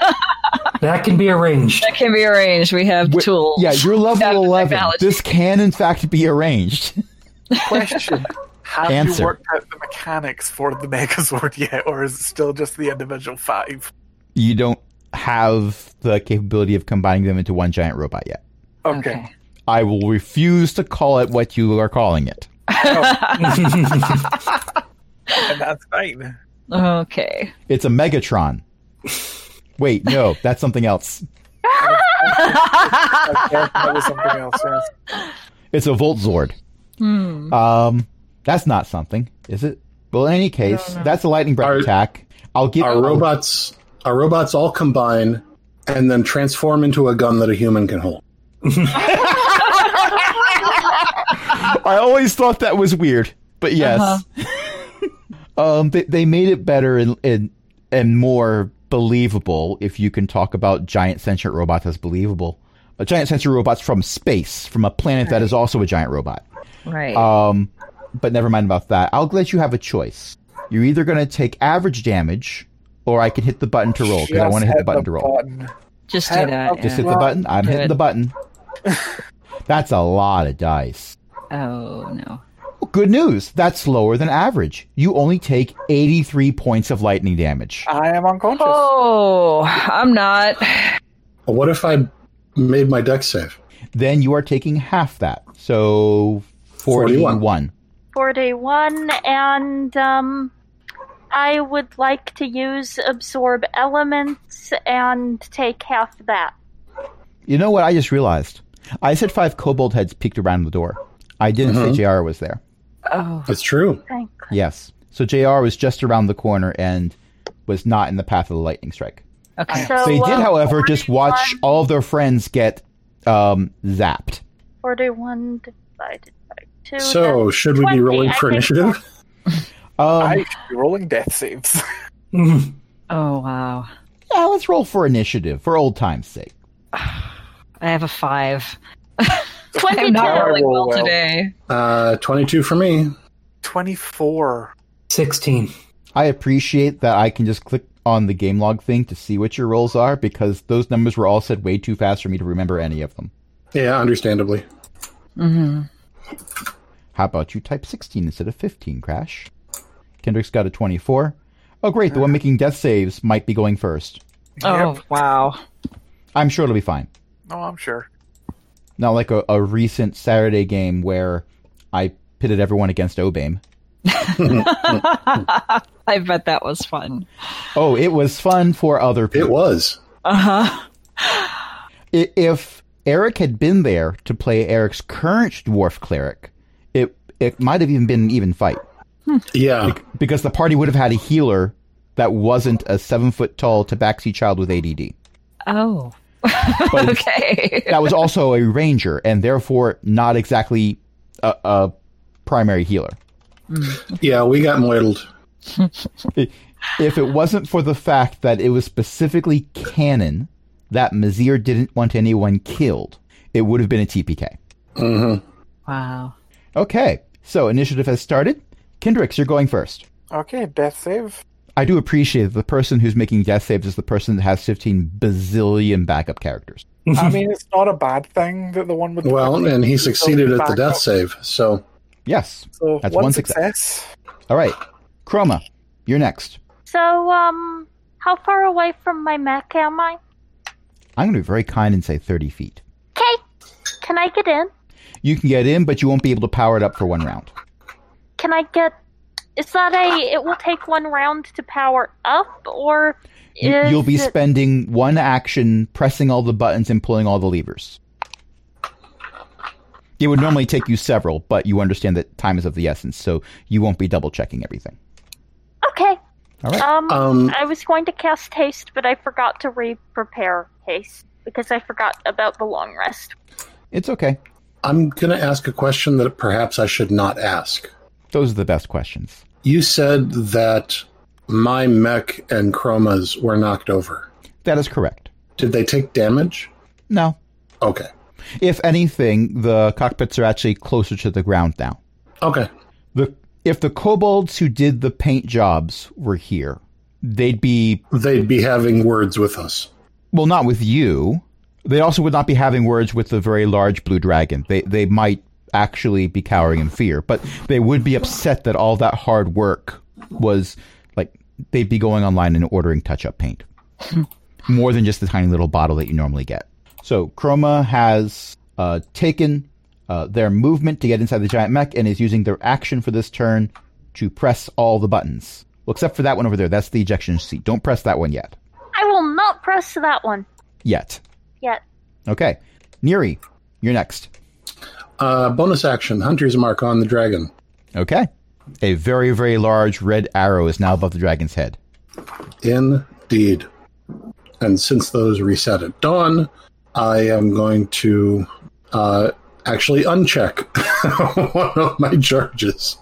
Speaker 2: That can be arranged.
Speaker 5: That can be arranged. We have
Speaker 1: wi-
Speaker 5: tools.
Speaker 1: yeah, you're level
Speaker 5: That's
Speaker 1: eleven.
Speaker 5: technology.
Speaker 1: This can, in fact, be arranged.
Speaker 4: Question: Have
Speaker 1: Answer.
Speaker 4: you worked out the mechanics for the Megazord yet, or is it still just the individual five?
Speaker 1: You don't have the capability of combining them into one giant robot yet.
Speaker 4: Okay.
Speaker 1: I will refuse to call it what you are calling it.
Speaker 4: Oh. and that's fine.
Speaker 5: Okay.
Speaker 1: It's a Megatron. Wait, no, that's something else.
Speaker 4: I guess that was something else. Yes.
Speaker 1: It's a Voltzord. Um, that's not something, is it? Well, in any case, that's a lightning breath
Speaker 3: Are-
Speaker 1: attack. I'll give
Speaker 3: Our
Speaker 1: I'll-
Speaker 3: robots, our robots all combine and then transform into a gun that a human can hold.
Speaker 1: I always thought that was weird, but yes. um, they, they made it better and, and and more believable if you can talk about giant sentient robots as believable. A giant sentient robots from space, from a planet that is also a giant robot.
Speaker 5: Right.
Speaker 1: Um, but never mind about that. I'll let you have a choice. You're either going to take average damage, or I can hit the button to roll because I
Speaker 4: Just
Speaker 1: want to hit the button to roll.
Speaker 4: button.
Speaker 5: Just do that.
Speaker 4: Just
Speaker 1: Just
Speaker 5: yeah.
Speaker 1: hit the button. I'm
Speaker 5: Do
Speaker 1: hitting
Speaker 5: it.
Speaker 1: the button. That's a lot of dice.
Speaker 5: Oh no.
Speaker 1: Good news. That's lower than average. You only take 83 points of lightning damage.
Speaker 4: I am unconscious.
Speaker 5: Oh, I'm not.
Speaker 3: What if I made my deck save?
Speaker 1: Then you are taking half that. So 41.
Speaker 3: 41.
Speaker 6: 41 and um I would like to use absorb elements and take half that.
Speaker 1: You know what I just realized? I said five kobold heads peeked around the door. I didn't say JR was there.
Speaker 5: Oh,
Speaker 3: That's true.
Speaker 6: Thank
Speaker 1: Yes. So JR was just around the corner and was not in the path of the lightning strike.
Speaker 5: okay.
Speaker 6: So,
Speaker 1: They did,
Speaker 6: uh,
Speaker 1: however, just watch
Speaker 6: 41
Speaker 1: all of their friends get um, zapped.
Speaker 6: 41 divided by 2.
Speaker 3: So,
Speaker 6: that's
Speaker 3: should we be
Speaker 6: 20.
Speaker 3: rolling
Speaker 6: I
Speaker 3: for
Speaker 6: think
Speaker 3: initiative?
Speaker 4: I
Speaker 1: Um,
Speaker 4: should be rolling death saves.
Speaker 2: Mm-hmm.
Speaker 5: Oh wow.
Speaker 1: yeah, let's roll for initiative for old time's sake.
Speaker 5: I have a five.
Speaker 6: 22.
Speaker 5: I'm not rolling well
Speaker 4: Roll well.
Speaker 5: today.
Speaker 3: Uh, 22 for me.
Speaker 4: 24.
Speaker 2: 16.
Speaker 1: I appreciate that I can just click on the game log thing to see what your rolls are because those numbers were all said way too fast for me to remember any of them.
Speaker 3: Yeah, understandably.
Speaker 1: How about you type 16 instead of 15, Crash? Kendrick's got a 24. Oh, great. The one making death saves might be going first.
Speaker 5: Oh
Speaker 4: Yep.
Speaker 5: wow.
Speaker 1: I'm sure it'll be fine.
Speaker 4: Oh, I'm sure.
Speaker 1: Not like a, a recent Saturday game where I pitted everyone against Obame.
Speaker 5: I bet that was fun.
Speaker 1: Oh, it was fun for other
Speaker 3: It
Speaker 1: people.
Speaker 3: was.
Speaker 1: I- if Eric had been there to play Eric's current dwarf cleric, it it might have even been an even fight
Speaker 3: Yeah.
Speaker 1: because the party would have had a healer that wasn't a seven foot tall tabaxi child with ADD.
Speaker 5: Oh.
Speaker 1: But
Speaker 5: Okay.
Speaker 1: that was also a ranger and therefore not exactly a, a primary healer.
Speaker 3: Yeah, we got moidled.
Speaker 1: If it wasn't for the fact that it was specifically canon that Mazir didn't want anyone killed, it would have been a TPK.
Speaker 6: Mm-hmm.
Speaker 5: Wow.
Speaker 1: Okay, so initiative has started. Kendricks, you're going first.
Speaker 4: Okay, death save.
Speaker 1: I do appreciate that the person who's making death saves is the person that has 15 bazillion backup characters.
Speaker 4: I mean, it's not a bad thing that the one with the
Speaker 3: Well, and he succeeded at the
Speaker 4: Back
Speaker 3: death
Speaker 4: up.
Speaker 3: save. So,
Speaker 1: Yes.
Speaker 4: So
Speaker 1: That's
Speaker 4: one,
Speaker 1: one
Speaker 4: success.
Speaker 1: All right. Chroma, you're next.
Speaker 6: So, um, how far away from my mech am I?
Speaker 1: I'm going to be very kind and say 30 feet.
Speaker 6: Okay. Can I get in?
Speaker 1: You can get in, but you won't be able to power it up for one round.
Speaker 6: Can I get. Is that a. It will take one round to power up, or.
Speaker 1: You,
Speaker 6: is
Speaker 1: you'll be
Speaker 6: it-
Speaker 1: spending one action pressing all the buttons and pulling all the levers. It would normally take you several, but you understand that time is of the essence, so you won't be double checking everything.
Speaker 6: Okay.
Speaker 1: All right.
Speaker 6: Um,
Speaker 3: um,
Speaker 6: I was going to cast haste, but I forgot to re-prepare haste because I forgot about the long rest.
Speaker 1: It's okay.
Speaker 3: I'm going to ask a question that perhaps I should not ask.
Speaker 1: Those are the best questions.
Speaker 3: You said that my mech and Chroma's were knocked over.
Speaker 1: That is correct.
Speaker 3: Did they take damage?
Speaker 1: No.
Speaker 3: Okay.
Speaker 1: If anything, the cockpits are actually closer to the ground now.
Speaker 3: Okay.
Speaker 1: The if the kobolds who did the paint jobs were here, they'd be
Speaker 3: They'd be having words with us.
Speaker 1: well, not with you. They also would not be having words with the very large blue dragon. They they might actually be cowering in fear, but they would be upset that all that hard work was like they'd be going online and ordering touch up paint. More than just the tiny little bottle that you normally get. So Chroma has uh, taken uh, their movement to get inside the giant mech and is using their action for this turn to press all the buttons. Well, except for that one over there. That's the ejection seat. Don't press that one yet.
Speaker 6: I will not press that one
Speaker 1: Yet.
Speaker 6: yet.
Speaker 1: Okay. Neri, you're next.
Speaker 3: Uh, bonus action Hunter's Mark on the dragon.
Speaker 1: Okay. A very, very large red arrow is now above the dragon's head.
Speaker 3: Indeed. And since those reset at dawn, I am going to uh, actually uncheck one of my charges.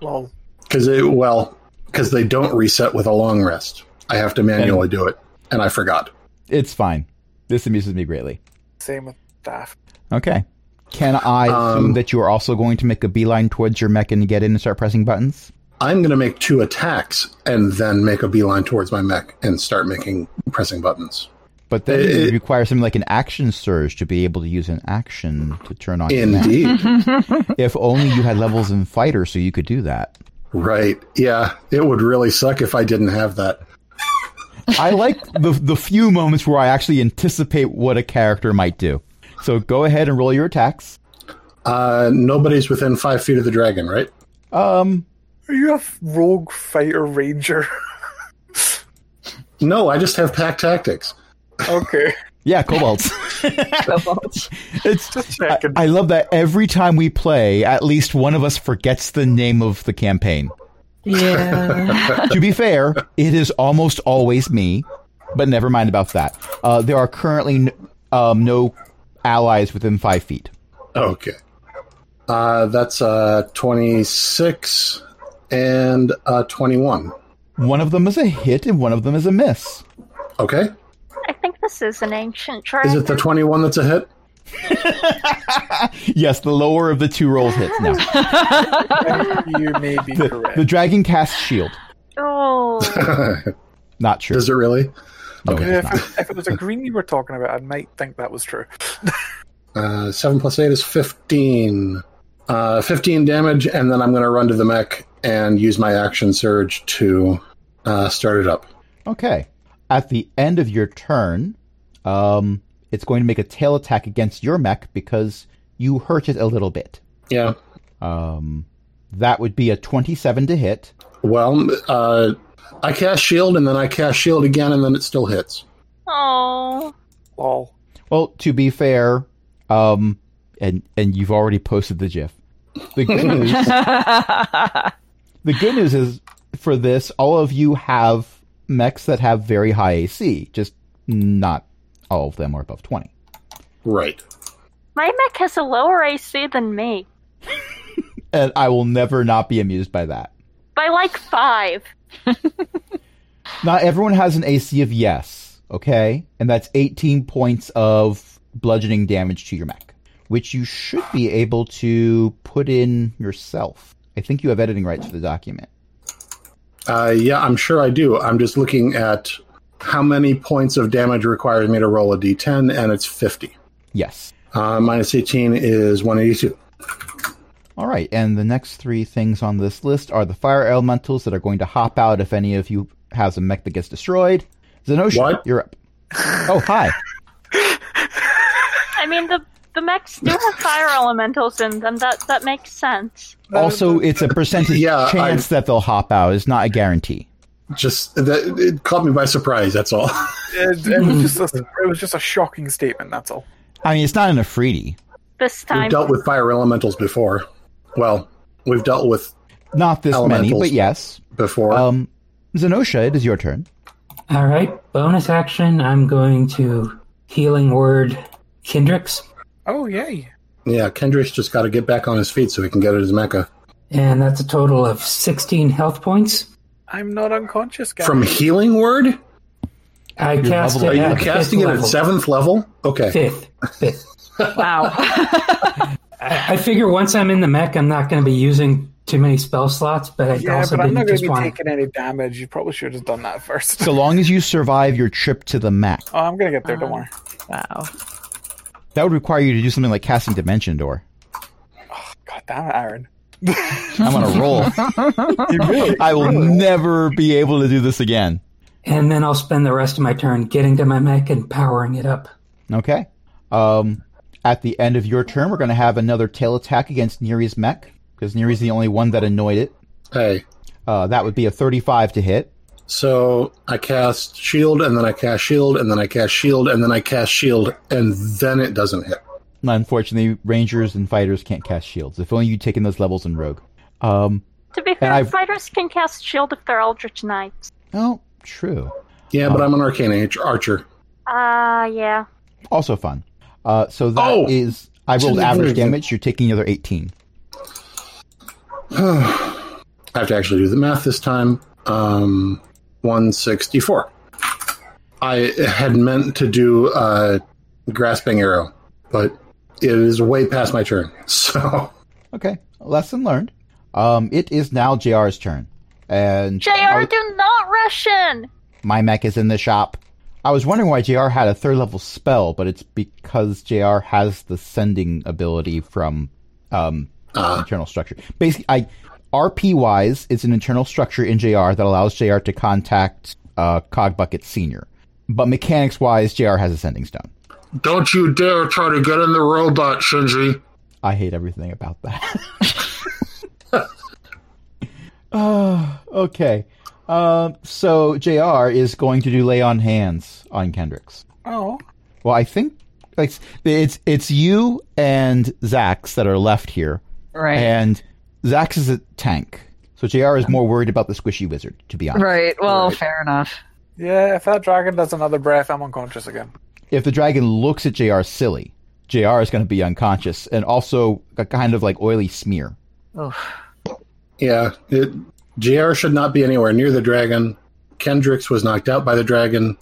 Speaker 4: Lol.
Speaker 3: Because it, well, because they don't reset with a long rest. I have to manually do it. And I forgot.
Speaker 1: It's fine. This amuses me greatly.
Speaker 4: Same with Daft.
Speaker 1: Okay. Can I
Speaker 3: Um,
Speaker 1: assume that you are also going to make a beeline towards your mech and get in and start pressing buttons?
Speaker 3: I'm going to make two attacks and then make a beeline towards my mech and start making pressing buttons.
Speaker 1: But then
Speaker 3: It-
Speaker 1: it,
Speaker 3: Uh, it-
Speaker 1: requires something like an action surge to be able to use an action to turn on command.
Speaker 3: Indeed.
Speaker 1: If only you had levels in fighter so you could do that.
Speaker 3: right. Yeah. It would really suck if I didn't have that.
Speaker 1: I like the the few moments where I actually anticipate what a character might do. So go ahead and roll your attacks.
Speaker 3: Uh, nobody's within five feet of the dragon, right?
Speaker 1: Um,
Speaker 4: Are you a rogue fighter ranger?
Speaker 3: No, I just have pack tactics.
Speaker 4: okay,
Speaker 1: yeah, kobolds.
Speaker 5: Kobolds.
Speaker 1: it's
Speaker 4: just
Speaker 1: I,
Speaker 4: checking.
Speaker 1: I love that every time we play, at least one of us forgets the name of the campaign.
Speaker 5: yeah.
Speaker 1: to be fair, it is almost always me, but never mind about that. Uh, there are currently n- um, no allies within five feet.
Speaker 3: Okay. Uh, that's uh, 26 and uh, 21.
Speaker 1: One of them is a hit and one of them is a miss.
Speaker 3: Okay.
Speaker 6: I think this is an ancient dragon.
Speaker 3: Is it the 21 that's a hit?
Speaker 1: Yes, the lower of the two rolls hits now.
Speaker 4: you may be
Speaker 1: The,
Speaker 4: correct.
Speaker 1: the dragon casts shield.
Speaker 6: oh,
Speaker 1: Not sure.
Speaker 3: Does it really?
Speaker 1: No, it is
Speaker 4: if,
Speaker 1: not.
Speaker 4: it, if it was a green you were talking about, I might think that was true.
Speaker 3: Uh, 7 plus 8 is 15. Uh, 15 damage, and then I'm going to run to the mech and use my action surge to uh, start it up.
Speaker 1: Okay. At the end of your turn, um, it's going to make a tail attack against your mech because you hurt it a little bit.
Speaker 3: Yeah.
Speaker 1: Um, that would be a 27 to hit.
Speaker 3: Well, uh, I cast shield, and then I cast shield again, and then it still hits.
Speaker 6: oh,
Speaker 4: Lol.
Speaker 1: Well, to be fair, um, and and you've already posted the GIF. The good news, the good news is for this, all of you have mechs that have very high AC. Just not all of them are above twenty.
Speaker 3: Right.
Speaker 6: my mech has a lower AC than me
Speaker 1: And I will never not be amused by that.
Speaker 6: by like five.
Speaker 1: Not everyone has an AC of yes, okay? And that's 18 points of bludgeoning damage to your mech, which you should be able to put in yourself. I think you have editing rights for the document.
Speaker 3: Uh, yeah, I'm sure I do. I'm just looking at how many points of damage requires me to roll a d10, and it's 50.
Speaker 1: Yes.
Speaker 3: Uh, minus 18 is 182.
Speaker 1: All right, and the next three things on this list are the fire elementals that are going to hop out if any of you has a mech that gets destroyed. Zenosha,
Speaker 3: What?
Speaker 1: you're up. Oh, hi.
Speaker 6: I mean, the the mechs do have fire elementals in them. That that makes sense.
Speaker 1: Also, it's a percentage
Speaker 3: Yeah, I-
Speaker 1: chance that they'll hop out. It's not a guarantee.
Speaker 3: Just that it caught me by surprise. That's all.
Speaker 4: It, it was just a, it was just a shocking statement. That's all.
Speaker 1: I mean, it's not an Afridi.
Speaker 6: This
Speaker 3: We've
Speaker 6: time,
Speaker 3: dealt with fire elementals before. Well, we've dealt with
Speaker 1: Not this many,
Speaker 3: Elementals.
Speaker 1: but yes.
Speaker 3: before.
Speaker 1: Um, Zenosha, it is your turn.
Speaker 2: All right, bonus action. I'm going to healing word Kindrix,
Speaker 4: Oh yay!
Speaker 3: yeah, Kendra's just got to get back on his feet so he can get at his mecha
Speaker 2: and that's a total of 16 health points.
Speaker 4: I'm not unconscious, guys.
Speaker 3: from healing word.
Speaker 2: I cast
Speaker 1: level
Speaker 2: it.
Speaker 1: up. Are
Speaker 2: at
Speaker 3: You're
Speaker 1: you
Speaker 2: fifth
Speaker 3: casting it at
Speaker 2: level.
Speaker 3: seventh level. Okay,
Speaker 2: Fifth, fifth.
Speaker 5: wow.
Speaker 2: I, I figure once I'm in the mech, I'm not going to be using too many spell slots, but I
Speaker 4: yeah,
Speaker 2: also
Speaker 4: but
Speaker 2: didn't
Speaker 4: I'm not going to
Speaker 2: just
Speaker 4: be
Speaker 2: want.
Speaker 4: taking any damage. You probably should have done that first.
Speaker 1: So long as you survive your trip to the mech,
Speaker 4: oh, I'm going to get there. Don't worry.
Speaker 5: Wow.
Speaker 1: that would require you to do something like casting Dimension Door.
Speaker 4: God damn it, Aaron.
Speaker 1: I'm on a roll. I will never be able to do this again.
Speaker 2: And then I'll spend the rest of my turn getting to my mech and powering it up.
Speaker 1: Okay. Um, at the end of your turn, we're going to have another tail attack against Neri's mech because Neri's the only one that annoyed it.
Speaker 3: hey.
Speaker 1: Uh, that would be a 35 to hit.
Speaker 3: So I cast shield, and then I cast shield, and then I cast shield, and then I cast shield, and then it doesn't hit.
Speaker 1: Unfortunately, rangers and fighters can't cast shields. If only you'd taken those levels in Rogue. Um,
Speaker 6: to be fair,
Speaker 1: I've-
Speaker 6: fighters can cast shield if they're eldritch knights.
Speaker 1: oh, true.
Speaker 3: Yeah, but I'm an arcane arch- archer.
Speaker 6: Ah, uh, yeah.
Speaker 1: Also fun. Uh, so that is
Speaker 3: Oh!
Speaker 1: I rolled
Speaker 3: Should've
Speaker 1: average
Speaker 3: moved it.
Speaker 1: damage. You're taking another 18.
Speaker 3: I have to actually do the math this time. Um, 164. I had meant to do uh, grasping arrow, but it is way past my turn. So
Speaker 1: Okay, lesson learned. Um, it is now JR's turn, and
Speaker 6: Jr.
Speaker 1: our-
Speaker 6: do not rush in.
Speaker 1: my mech is in the shop. I was wondering why JR had a third level spell, but it's because JR has the sending ability from um, internal structure. Basically, I RP wise, it's an internal structure in JR that allows JR to contact uh, Cogbucket Senior. But mechanics wise, JR has a sending stone.
Speaker 3: Don't you dare try to get in the robot, Shinji.
Speaker 1: I hate everything about that. oh, okay. Um, so JR is going to do lay on hands on Kendricks.
Speaker 4: Oh,
Speaker 1: Well, I think like it's it's you and Zax that are left here,
Speaker 5: Right.
Speaker 1: and Zax is a tank. So JR is more worried about the squishy wizard, to be honest.
Speaker 5: Right. Well, fair enough.
Speaker 4: yeah. If that dragon does another breath, I'm unconscious again.
Speaker 1: If the dragon looks at JR silly, JR is going to be unconscious and also a kind of like oily smear.
Speaker 3: Yeah, it, JR should not be anywhere near the dragon. Kendricks was knocked out by the dragon.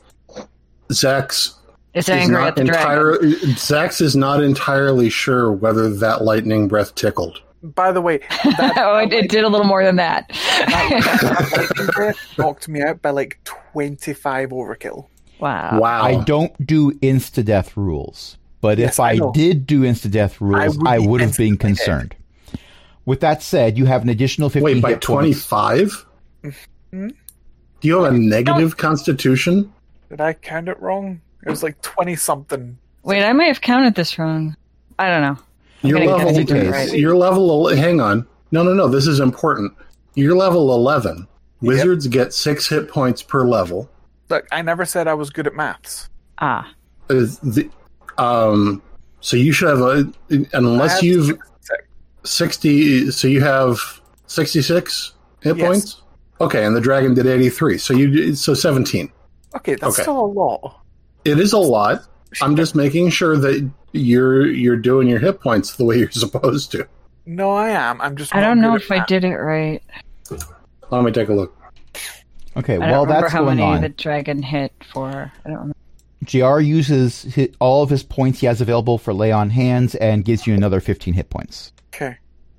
Speaker 3: Zax is
Speaker 5: It's angry at
Speaker 3: not
Speaker 5: the dragon.
Speaker 3: entire, Zax is not entirely sure whether that lightning breath tickled.
Speaker 4: By the way, that,
Speaker 5: oh, it, it did a little more than that.
Speaker 4: that lightning breath knocked me out by like 25 overkill.
Speaker 5: wow.
Speaker 3: wow.
Speaker 1: I don't do insta death rules, but
Speaker 4: Yes,
Speaker 1: if I,
Speaker 4: I know.
Speaker 1: did do insta death rules,
Speaker 4: would
Speaker 1: I
Speaker 4: be
Speaker 1: would have been
Speaker 4: instantly dead.
Speaker 1: concerned. With that said, you have an additional 50
Speaker 3: Wait, by
Speaker 1: hit points.
Speaker 3: 25?
Speaker 5: Hmm?
Speaker 3: Do you have a negative constitution?
Speaker 4: Did I count it wrong? It was like 20 something.
Speaker 5: Wait, I may have counted this wrong. I don't know.
Speaker 3: Your
Speaker 5: gonna
Speaker 3: level,
Speaker 5: get
Speaker 1: it right.
Speaker 3: your level, el- hang on. No, no, no, this is important. Your level 11. Wizards get six hit points per level.
Speaker 4: Look, I never said I was good at maths.
Speaker 5: Ah.
Speaker 3: Is Uh, the- um, so you should have a,
Speaker 4: I
Speaker 3: unless
Speaker 4: have
Speaker 3: you've
Speaker 4: six- six.
Speaker 3: 60, so you have 66 hit
Speaker 4: Yes.
Speaker 3: points? Okay, and the dragon did 83. So you, so 17.
Speaker 4: Okay, that's
Speaker 3: Okay.
Speaker 4: still a lot.
Speaker 3: It is a lot. I'm just making sure that you're you're doing your hit points the way you're supposed to.
Speaker 4: No, I am. I'm just.
Speaker 5: I
Speaker 4: not
Speaker 5: don't know
Speaker 4: good at
Speaker 5: if I
Speaker 4: math.
Speaker 5: did it right.
Speaker 3: Let me take a look.
Speaker 1: Okay,
Speaker 5: I don't
Speaker 1: while
Speaker 5: remember
Speaker 1: that's
Speaker 5: how
Speaker 1: going
Speaker 5: many
Speaker 1: on,
Speaker 5: the dragon hit for. I don't remember.
Speaker 1: JR uses hi all of his points he has available for lay on hands and gives you another 15 hit points.
Speaker 4: Okay.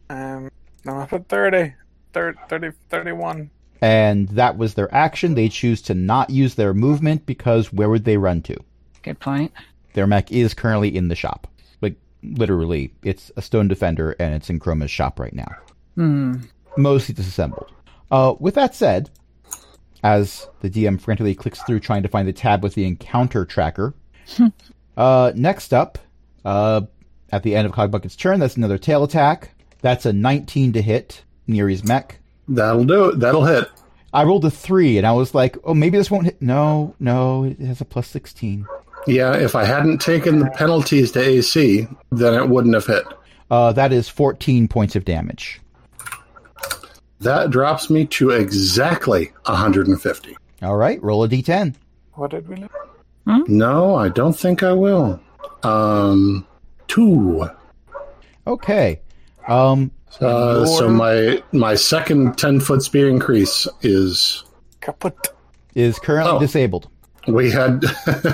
Speaker 4: Um, I'm up at 30. Thir- 30 31.
Speaker 1: And that was their action. They choose to not use their movement because where would they run to?
Speaker 5: Good point.
Speaker 1: Their mech is currently in the shop. Like, literally, it's a stone defender and it's in Chroma's shop right now.
Speaker 5: Hmm.
Speaker 1: Mostly disassembled. Uh, with that said, as the DM frantically clicks through trying to find the tab with the encounter tracker, uh, next up, uh, at the end of Cogbucket's turn, that's another tail attack. That's a 19 to hit Neri's mech.
Speaker 3: That'll do it. That'll hit.
Speaker 1: I rolled a 3 and I was like, oh, maybe this won't hit. No, no, it has a plus 16.
Speaker 3: Yeah, if I hadn't taken the penalties to AC, then it wouldn't have hit.
Speaker 1: Uh, that is 14 points of damage.
Speaker 3: That drops me to exactly 150.
Speaker 1: All right, roll a d10.
Speaker 4: What did we look?
Speaker 3: No, I don't think I will. Um, two.
Speaker 1: Okay. Um,
Speaker 3: Uh, so
Speaker 1: your-
Speaker 3: my my second 10 foot speed increase is
Speaker 4: Kaput.
Speaker 1: is currently
Speaker 3: Oh.
Speaker 1: disabled.
Speaker 3: we had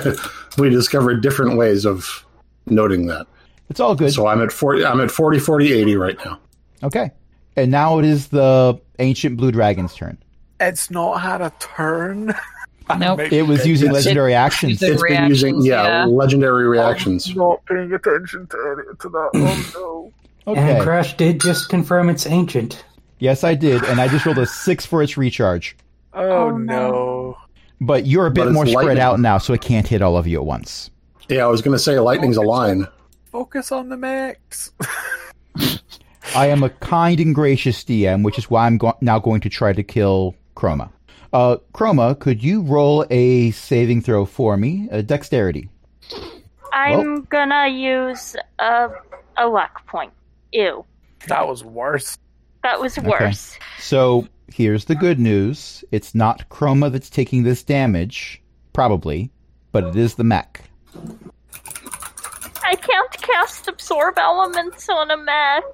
Speaker 3: we discovered different ways of noting that.
Speaker 1: It's all good.
Speaker 3: So I'm at 40 I'm at 40 40 80 right now.
Speaker 1: Okay. And now it is the ancient blue dragon's turn.
Speaker 4: It's not had a turn. I
Speaker 5: Nope.
Speaker 4: make-
Speaker 1: It was using
Speaker 3: It's-
Speaker 1: legendary actions.
Speaker 5: It's
Speaker 3: It's been
Speaker 5: reactions,
Speaker 3: using yeah,
Speaker 5: yeah.
Speaker 3: legendary
Speaker 4: I'm
Speaker 3: reactions.
Speaker 4: Not paying attention to, to that. Oh
Speaker 2: And
Speaker 1: Okay.
Speaker 2: Crash did just confirm it's ancient.
Speaker 1: Yes, I did, and I just rolled a six for its recharge.
Speaker 4: no. Oh, no.
Speaker 1: But you're a
Speaker 3: But
Speaker 1: bit
Speaker 3: it's
Speaker 1: more spread
Speaker 3: lightning.
Speaker 1: out now, so it can't hit all of you at once.
Speaker 3: Yeah, I was going to say lightning's a line.
Speaker 4: Focus on the mechs.
Speaker 1: I am a kind and gracious DM, which is why I'm go- now going to try to kill Chroma. Uh, Chroma, could you roll a saving throw for me? A dexterity.
Speaker 6: I'm gonna use a, a luck point. Ew.
Speaker 4: That was worse.
Speaker 6: That was worse.
Speaker 1: So here's the good news: it's not Chroma that's taking this damage, probably, but it is the mech.
Speaker 6: I can't cast absorb elements on a mech.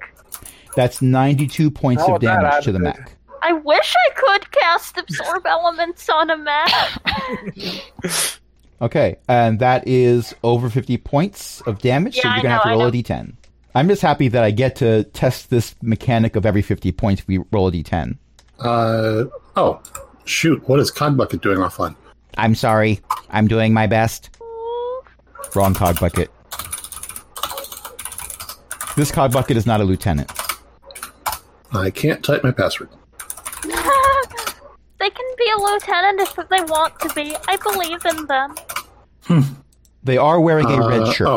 Speaker 1: That's 92 points
Speaker 4: Oh,
Speaker 1: of
Speaker 4: that
Speaker 1: damage to the
Speaker 4: added.
Speaker 1: mech.
Speaker 6: I wish I could cast absorb elements on a mech.
Speaker 1: Okay, and that is over 50 points of damage, so
Speaker 6: Yeah,
Speaker 1: you're
Speaker 6: I
Speaker 1: gonna have
Speaker 6: know,
Speaker 1: to
Speaker 6: I
Speaker 1: roll a
Speaker 6: know.
Speaker 1: d10. I'm just happy that I get to test this mechanic of every 50 points we roll a d10.
Speaker 3: Uh, oh, shoot, what is Codbucket doing offline?
Speaker 1: I'm sorry. I'm doing my best. Wrong cog bucket. This cog bucket is not a lieutenant.
Speaker 3: I can't type my password.
Speaker 6: they can be a lieutenant if they want to be. I believe in them.
Speaker 1: They are wearing a
Speaker 3: Uh,
Speaker 1: red shirt.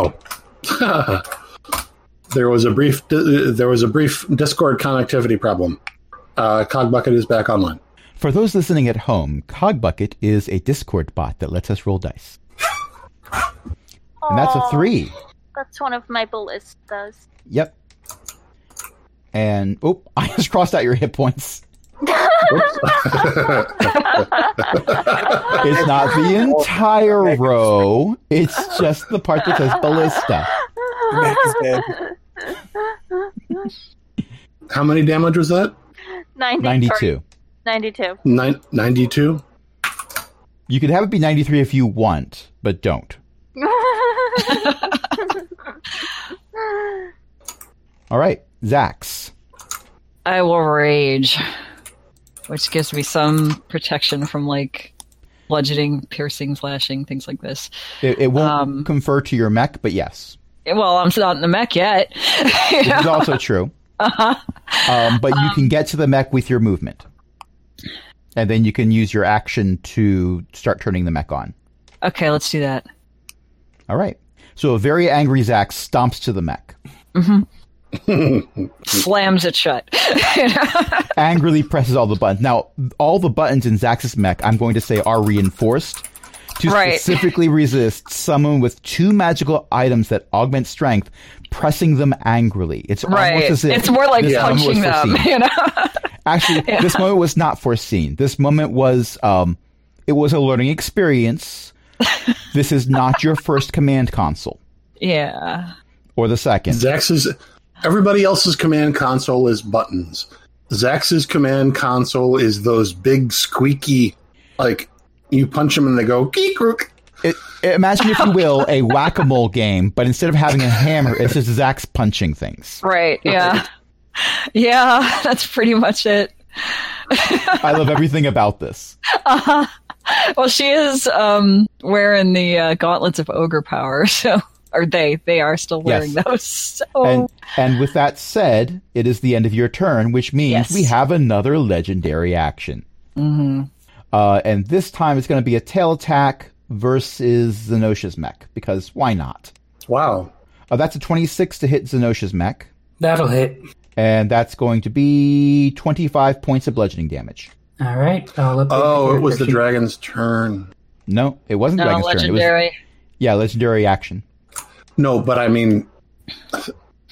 Speaker 3: Oh, there was a brief there was a brief Discord connectivity problem. Uh, Cogbucket is back online.
Speaker 1: For those listening at home, Cogbucket is a Discord bot that lets us roll dice. And that's a
Speaker 6: Aw,
Speaker 1: three.
Speaker 6: That's one of my ballistas.
Speaker 1: Yep. And, oh, I just crossed out your hit points. It's not the entire row, it's just the part that says ballista.
Speaker 4: The mech is dead.
Speaker 3: How many damage was that?
Speaker 6: 90,
Speaker 1: 92.
Speaker 6: 92.
Speaker 3: Nine, 92?
Speaker 1: You could have it be 93 if you want, but don't. All right, Zax.
Speaker 5: I will rage, which gives me some protection from like bludgeoning, piercing, slashing, things like this.
Speaker 1: It, it won't
Speaker 5: Um,
Speaker 1: confer to your mech, but yes.
Speaker 5: Well, I'm not in the mech yet. You
Speaker 1: This
Speaker 5: know?
Speaker 1: is also true.
Speaker 5: Uh-huh.
Speaker 1: Um, but you can get to the mech with your movement. And then you can use your action to start turning the mech on.
Speaker 5: okay, let's do that.
Speaker 1: All right. So a very angry Zax stomps to the mech,
Speaker 5: Slams it shut.
Speaker 1: angrily presses all the buttons. Now, all the buttons in Zax's mech, I'm going to say, are reinforced to
Speaker 5: Right.
Speaker 1: specifically resist someone with two magical items that augment strength pressing them angrily. It's
Speaker 5: right.
Speaker 1: almost as if
Speaker 5: It's more like
Speaker 1: this moment was
Speaker 5: punching them.
Speaker 1: foreseen.
Speaker 5: You know.
Speaker 1: Actually, this moment was not foreseen. This moment was um, it was a learning experience. this is not your first command console
Speaker 5: yeah.
Speaker 1: or the second.
Speaker 3: Zax's. Everybody else's command console is buttons. Zax's command console is those big, squeaky, like, you punch them and they go, geek, rook.
Speaker 1: It, imagine, if you will, a whack-a-mole game, but instead of having a hammer, it's just Zach's punching things.
Speaker 5: Right. Yeah. Yeah. That's pretty much it.
Speaker 1: I love everything about this.
Speaker 5: Well, she is um, wearing the uh, gauntlets of ogre power, so or they they are still wearing
Speaker 1: Yes.
Speaker 5: those. So
Speaker 1: And and with that said, it is the end of your turn, which means
Speaker 5: Yes.
Speaker 1: we have another legendary action. Mm-hmm. Uh, and this time it's going to be a tail attack versus Zenosha's mech because why not?
Speaker 3: Wow.
Speaker 1: Uh, that's a 26 to hit Zenosha's mech,
Speaker 2: That'll hit.
Speaker 1: and that's going to be 25 points of bludgeoning damage.
Speaker 2: All right. I'll update
Speaker 3: Oh,
Speaker 2: the
Speaker 3: it was
Speaker 2: character
Speaker 3: the
Speaker 2: sheet.
Speaker 3: dragon's turn.
Speaker 1: No, it wasn't
Speaker 5: no,
Speaker 1: Dragon's turn. It was,
Speaker 5: Oh, legendary.
Speaker 1: yeah, legendary action.
Speaker 3: No, but I mean,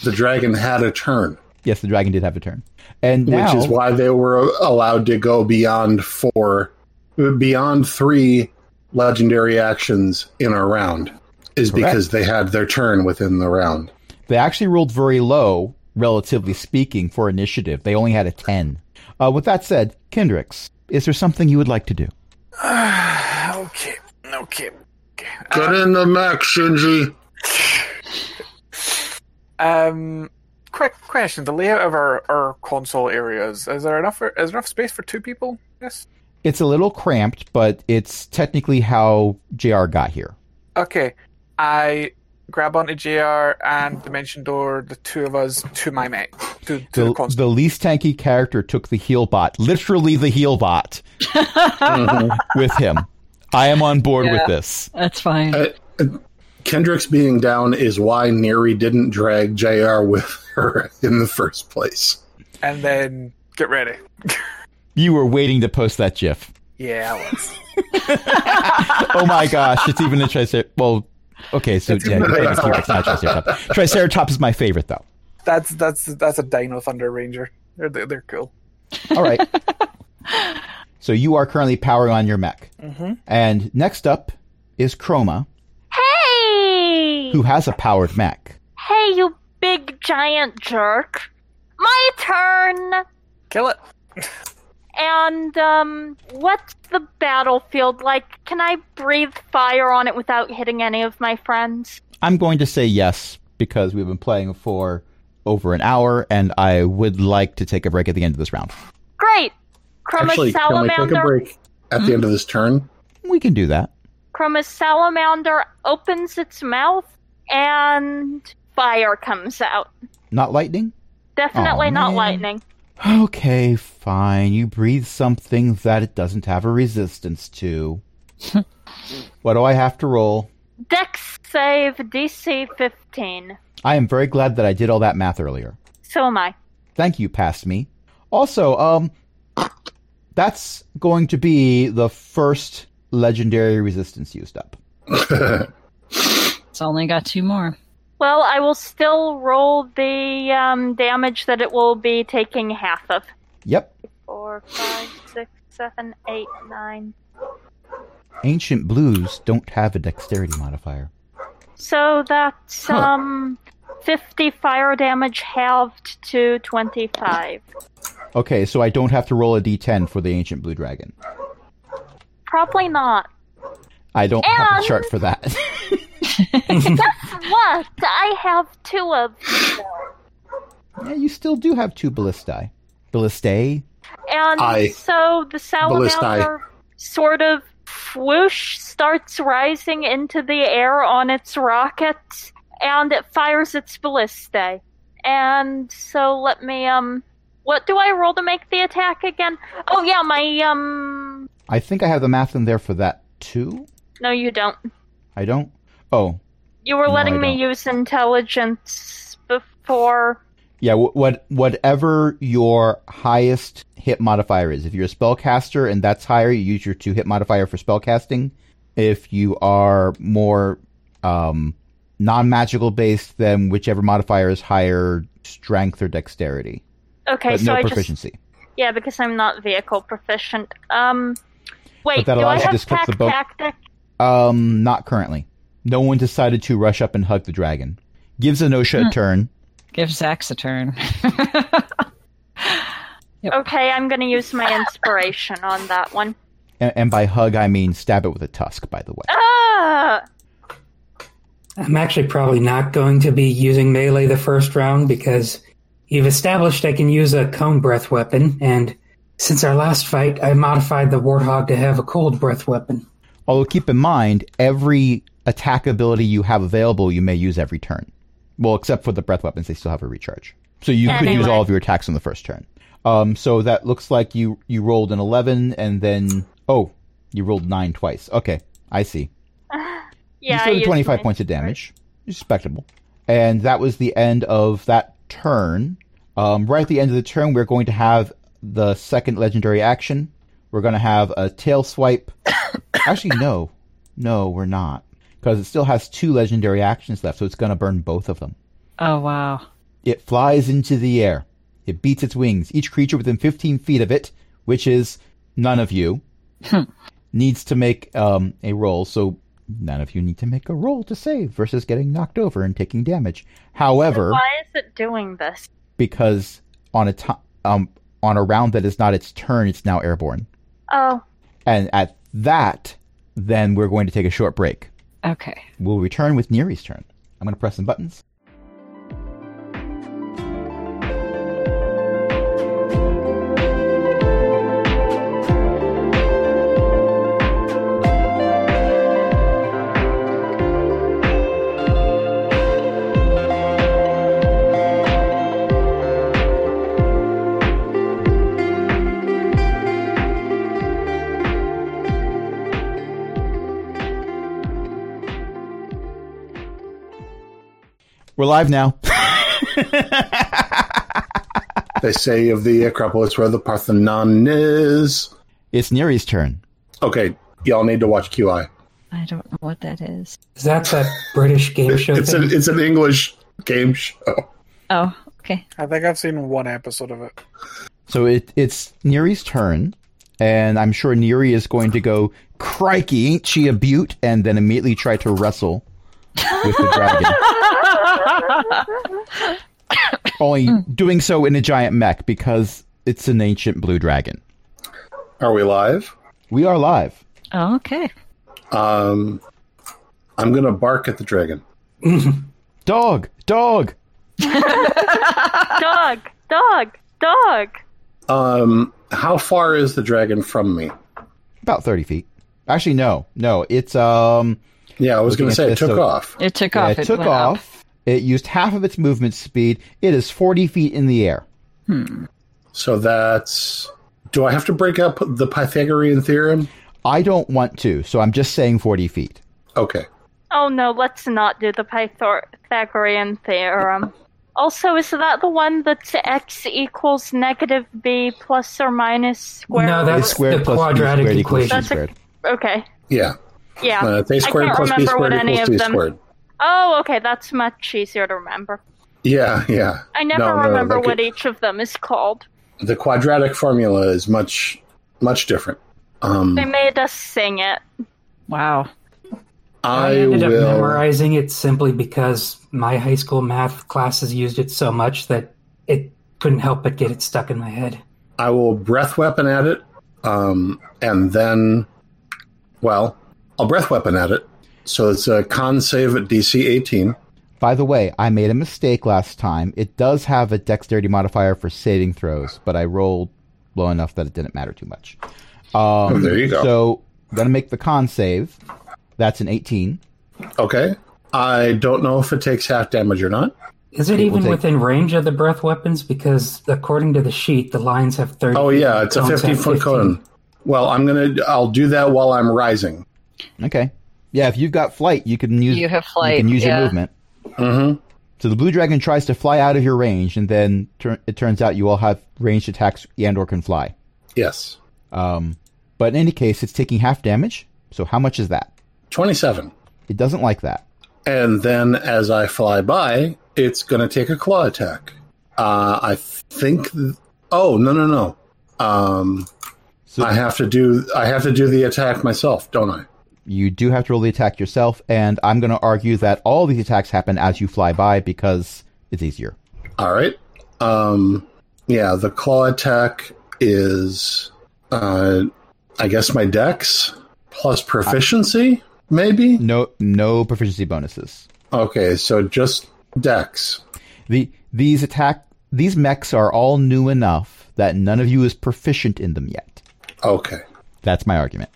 Speaker 3: the dragon had a turn.
Speaker 1: Yes, the dragon did have a turn, and now
Speaker 3: which is why they were allowed to go beyond four, beyond three legendary actions in a round, is
Speaker 1: Correct.
Speaker 3: because they had their turn within the round.
Speaker 1: they actually rolled very low, relatively speaking, for initiative. They only had a 10. Uh, with that said, Kendricks, is there something you would like to do?
Speaker 4: Ah, Okay, okay.
Speaker 3: Get in the mech, Shinji.
Speaker 4: Um, quick question: The layout of our, our console areas is there enough? For, is there enough space for two people? Yes.
Speaker 1: It's a little cramped, but it's technically how JR got here.
Speaker 4: Okay, I grab onto Jr. and Dimension Door, the two of us, to my mate, to, to the,
Speaker 1: The,
Speaker 4: console.
Speaker 1: the least tanky character took the heel bot, literally the heel bot, with him. I am on board with
Speaker 5: Yeah.
Speaker 1: this.
Speaker 5: That's fine.
Speaker 3: Kendrick's being down is why Neri didn't drag JR with her in the first place.
Speaker 4: and then get ready.
Speaker 1: You were waiting to post that GIF.
Speaker 4: Yeah, I was.
Speaker 1: Oh my gosh, it's even a triceratops. Well, okay, so yeah, it's not triceratops. Triceratops is my favorite, though.
Speaker 4: that's that's that's a Dino Thunder Ranger. They're they're, they're cool.
Speaker 1: All right. so you are currently powering on your mech.
Speaker 4: Mm-hmm.
Speaker 1: And next up is Chroma,
Speaker 6: Hey!
Speaker 1: who has a powered mech.
Speaker 6: Hey, you big giant jerk. My turn!
Speaker 4: Kill it.
Speaker 6: And, um, what's the battlefield like? Can I breathe fire on it without hitting any of my friends?
Speaker 1: I'm going to say yes because we've been playing for over an hour, and I would like to take a break at the end of this round.
Speaker 6: Great! Chroma
Speaker 3: Actually, can we
Speaker 6: Salamander.
Speaker 1: Hmm?
Speaker 3: take a break at the end of this turn?
Speaker 1: We can do that.
Speaker 6: Chroma Salamander opens its mouth and fire comes out.
Speaker 1: Not lightning?
Speaker 6: Definitely
Speaker 1: Aw,
Speaker 6: not
Speaker 1: man.
Speaker 6: lightning.
Speaker 1: Okay, fine. You breathe something that it doesn't have a resistance to. what do I have to roll?
Speaker 6: Dex save DC 15.
Speaker 1: I am very glad that I did all that math earlier.
Speaker 6: So am I.
Speaker 1: Thank you, past me. Also, um, that's going to be the first legendary resistance used up.
Speaker 5: It's only got two more.
Speaker 6: Well, I will still roll the um, damage that it will be taking half of.
Speaker 1: Yep.
Speaker 6: Four, five, six, seven, eight, nine.
Speaker 1: Ancient blues don't have a dexterity modifier.
Speaker 6: So that's um, 50 fire damage halved to 25.
Speaker 1: Okay, so I don't have to roll a d10 for the ancient blue dragon.
Speaker 6: Probably not.
Speaker 1: I don't have
Speaker 6: And-
Speaker 1: a chart for that.
Speaker 6: What? I have two of
Speaker 1: yeah, you still do have two ballistae. Ballistae?
Speaker 6: And
Speaker 3: Aye.
Speaker 6: so the
Speaker 3: Ballist eye.
Speaker 6: salamander sort of whoosh starts rising into the air on its rocket and it fires its ballistae. And so let me um what do I roll to make the attack again? Oh yeah, my um
Speaker 1: I think I have the math in there for that too.
Speaker 6: no you don't.
Speaker 1: I don't. Oh,
Speaker 6: You were
Speaker 1: No, I
Speaker 6: letting me
Speaker 1: don't.
Speaker 6: use intelligence before
Speaker 1: Yeah, wh- what whatever your highest hit modifier is. If you're a spellcaster and that's higher, you use your two hit modifier for spellcasting. If you are more um, non magical based, then whichever modifier is higher, strength or dexterity,
Speaker 6: Okay,
Speaker 1: but
Speaker 6: so
Speaker 1: no
Speaker 6: I just
Speaker 1: proficiency.
Speaker 6: Yeah, because I'm not vehicle proficient. Um, wait,
Speaker 1: that
Speaker 6: do I
Speaker 1: allows you
Speaker 6: have
Speaker 1: to click
Speaker 6: pack
Speaker 1: the boat.
Speaker 6: tactic?
Speaker 1: Um, not currently. No one decided to rush up and hug the dragon. Gives Anosha
Speaker 6: Hmm.
Speaker 1: a turn.
Speaker 5: Give Zax a turn.
Speaker 6: Okay, I'm going to use my inspiration on that one.
Speaker 1: And, and by hug, I mean stab it with a tusk, by the way.
Speaker 6: Ah,
Speaker 2: I'm actually probably not going to be using melee the first round because you've established I can use a cone breath weapon, and since our last fight, I modified the warthog to have a cold breath weapon.
Speaker 1: Although keep in mind, every attack ability you have available, you may use every turn. Well, except for the breath weapons, they still have a recharge. So you could use
Speaker 6: Anyway.
Speaker 1: all of your attacks on the first turn. Um, so that looks like you you rolled an eleven, and then oh, you rolled nine twice. Okay, I see.
Speaker 6: yeah,
Speaker 1: you
Speaker 6: I
Speaker 1: still did
Speaker 6: used
Speaker 1: twenty-five
Speaker 6: my-
Speaker 1: points of damage, respectable. And that was the end of that turn. Um, right at the end of the turn, we're going to have the second legendary action. We're going to have a tail swipe. Actually, no, no, we're not, because it still has two legendary actions left, so it's going to burn both of them.
Speaker 5: oh wow.
Speaker 1: It flies into the air. It beats its wings. Each creature within 15 feet of it, which is none of you, needs to make um, a roll. So none of you need to make a roll to save versus getting knocked over and taking damage. However,
Speaker 6: Why is it doing this?
Speaker 1: because on a ti um, on a round that is not its turn, it's now airborne.
Speaker 6: Oh,
Speaker 1: And at that, then we're going to take a short break.
Speaker 5: Okay.
Speaker 1: We'll return with Neri's turn. I'm going to press some buttons. We're live now.
Speaker 3: they say of the Acropolis where the Parthenon is.
Speaker 1: it's Neri's turn.
Speaker 3: Okay, y'all need to watch QI.
Speaker 5: I don't know what that is.
Speaker 2: Is that that British game show
Speaker 3: It's
Speaker 2: thing?
Speaker 3: an it's an English game show.
Speaker 5: Oh, okay.
Speaker 4: I think I've seen one episode of it.
Speaker 1: So it, it's Neri's turn, and I'm sure Neri is going to go, Crikey, ain't she a beaut? And then immediately try to wrestle with the dragon. Only doing so in a giant mech because it's an ancient blue dragon.
Speaker 3: Are we live?
Speaker 1: We are live.
Speaker 5: Oh, okay.
Speaker 3: Um, I'm gonna bark at the dragon.
Speaker 1: Dog! Dog!
Speaker 6: dog, dog, dog.
Speaker 3: Um, how far is the dragon from me?
Speaker 1: About 30 feet. Actually, no, no. It's um,
Speaker 3: Yeah, I was
Speaker 1: Looking
Speaker 3: going to
Speaker 1: at
Speaker 3: say it
Speaker 1: this,
Speaker 3: took
Speaker 1: so-
Speaker 3: off.
Speaker 5: It took
Speaker 1: yeah,
Speaker 5: off.
Speaker 1: it took
Speaker 5: went up.
Speaker 1: off. It used half of its movement speed. It is forty feet in the air.
Speaker 3: So that's. Do I have to break up the Pythagorean theorem?
Speaker 1: I don't want to, so I'm just saying forty feet.
Speaker 3: Okay.
Speaker 6: Oh no, let's not do the Pythagorean theorem. Also, is that the one that's x equals negative b plus or minus square?
Speaker 2: No,
Speaker 6: root?
Speaker 2: that's-
Speaker 1: It's squared
Speaker 2: the
Speaker 1: plus b
Speaker 2: quadratic
Speaker 1: squared equals c
Speaker 2: equation.
Speaker 6: That's a-
Speaker 1: squared.
Speaker 6: okay.
Speaker 3: Yeah.
Speaker 6: Yeah.
Speaker 3: Uh, it's a
Speaker 6: I
Speaker 3: squared
Speaker 6: can't
Speaker 3: plus b
Speaker 6: remember
Speaker 3: squared
Speaker 6: what any
Speaker 3: equals
Speaker 6: of
Speaker 3: c
Speaker 6: them-
Speaker 3: squared.
Speaker 6: oh, okay. That's much easier to remember.
Speaker 3: Yeah, yeah.
Speaker 6: I never
Speaker 3: No, no, no,
Speaker 6: remember
Speaker 3: like
Speaker 6: what
Speaker 3: it-
Speaker 6: each of them is called.
Speaker 3: The quadratic formula is much, much different. Um,
Speaker 6: They
Speaker 1: Mm.
Speaker 6: made us sing it.
Speaker 5: Wow.
Speaker 3: I
Speaker 2: I ended
Speaker 3: will.
Speaker 2: up memorizing it simply because my high school math classes used it so much that it couldn't help but get it stuck in my head.
Speaker 3: I will breath weapon at it, um, and then, well, I'll breath weapon at it. So it's a con save at DC 18.
Speaker 1: By the way, I made a mistake last time. It does have a dexterity modifier for saving throws, but I rolled low enough that it didn't matter too much. Um,
Speaker 3: Oh, there you go.
Speaker 1: So, gonna make the con save. That's an 18.
Speaker 3: Okay. I don't know if it takes half damage or not.
Speaker 2: Is it
Speaker 1: It will
Speaker 2: even
Speaker 1: take-
Speaker 2: within range of the breath weapons? Because according to the sheet, the lines have 30.
Speaker 3: Oh
Speaker 2: feet
Speaker 3: yeah,
Speaker 2: and
Speaker 3: it's a
Speaker 2: cones have
Speaker 3: 50 foot
Speaker 2: 15.
Speaker 3: cone. Well, I'm gonna. I'll do that while I'm rising.
Speaker 1: Okay. Yeah, if you've got flight, you can use
Speaker 5: You have flight,
Speaker 1: You can use
Speaker 5: yeah.
Speaker 1: your movement.
Speaker 3: Mm-hmm.
Speaker 1: So the blue dragon tries to fly out of your range, and then tur- it turns out you all have ranged attacks and/or can fly.
Speaker 3: Yes.
Speaker 1: Um, but in any case, it's taking half damage. So how much is that?
Speaker 3: 27.
Speaker 1: It doesn't like that.
Speaker 3: And then as I fly by, it's going to take a claw attack. Uh, I think. Th- oh no no no. Um,
Speaker 1: So
Speaker 3: I have to do. I have to do the attack myself, don't I?
Speaker 1: you do have to roll the attack yourself, and I'm going to argue that all these attacks happen as you fly by because it's easier.
Speaker 3: All right. Um, yeah, the claw attack is, uh, I guess, my dex plus proficiency, maybe.
Speaker 1: No, no proficiency bonuses.
Speaker 3: Okay, so just dex.
Speaker 1: The these attack these mechs are all new enough that none of you is proficient in them yet.
Speaker 3: Okay,
Speaker 1: That's my argument.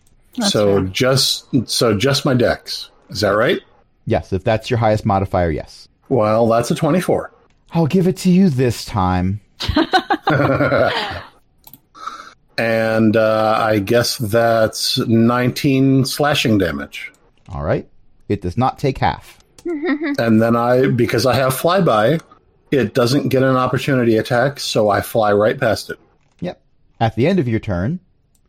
Speaker 3: so just so just my dex. Is that right?
Speaker 1: Yes, if that's your highest modifier, yes.
Speaker 3: Well, that's a twenty-four.
Speaker 1: I'll give it to you this time.
Speaker 3: And uh, I guess that's 19 slashing damage.
Speaker 1: All right. It does not take half.
Speaker 3: And then I, because I have flyby, it doesn't get an opportunity attack, so I fly right past it.
Speaker 1: Yep. At the end of your turn,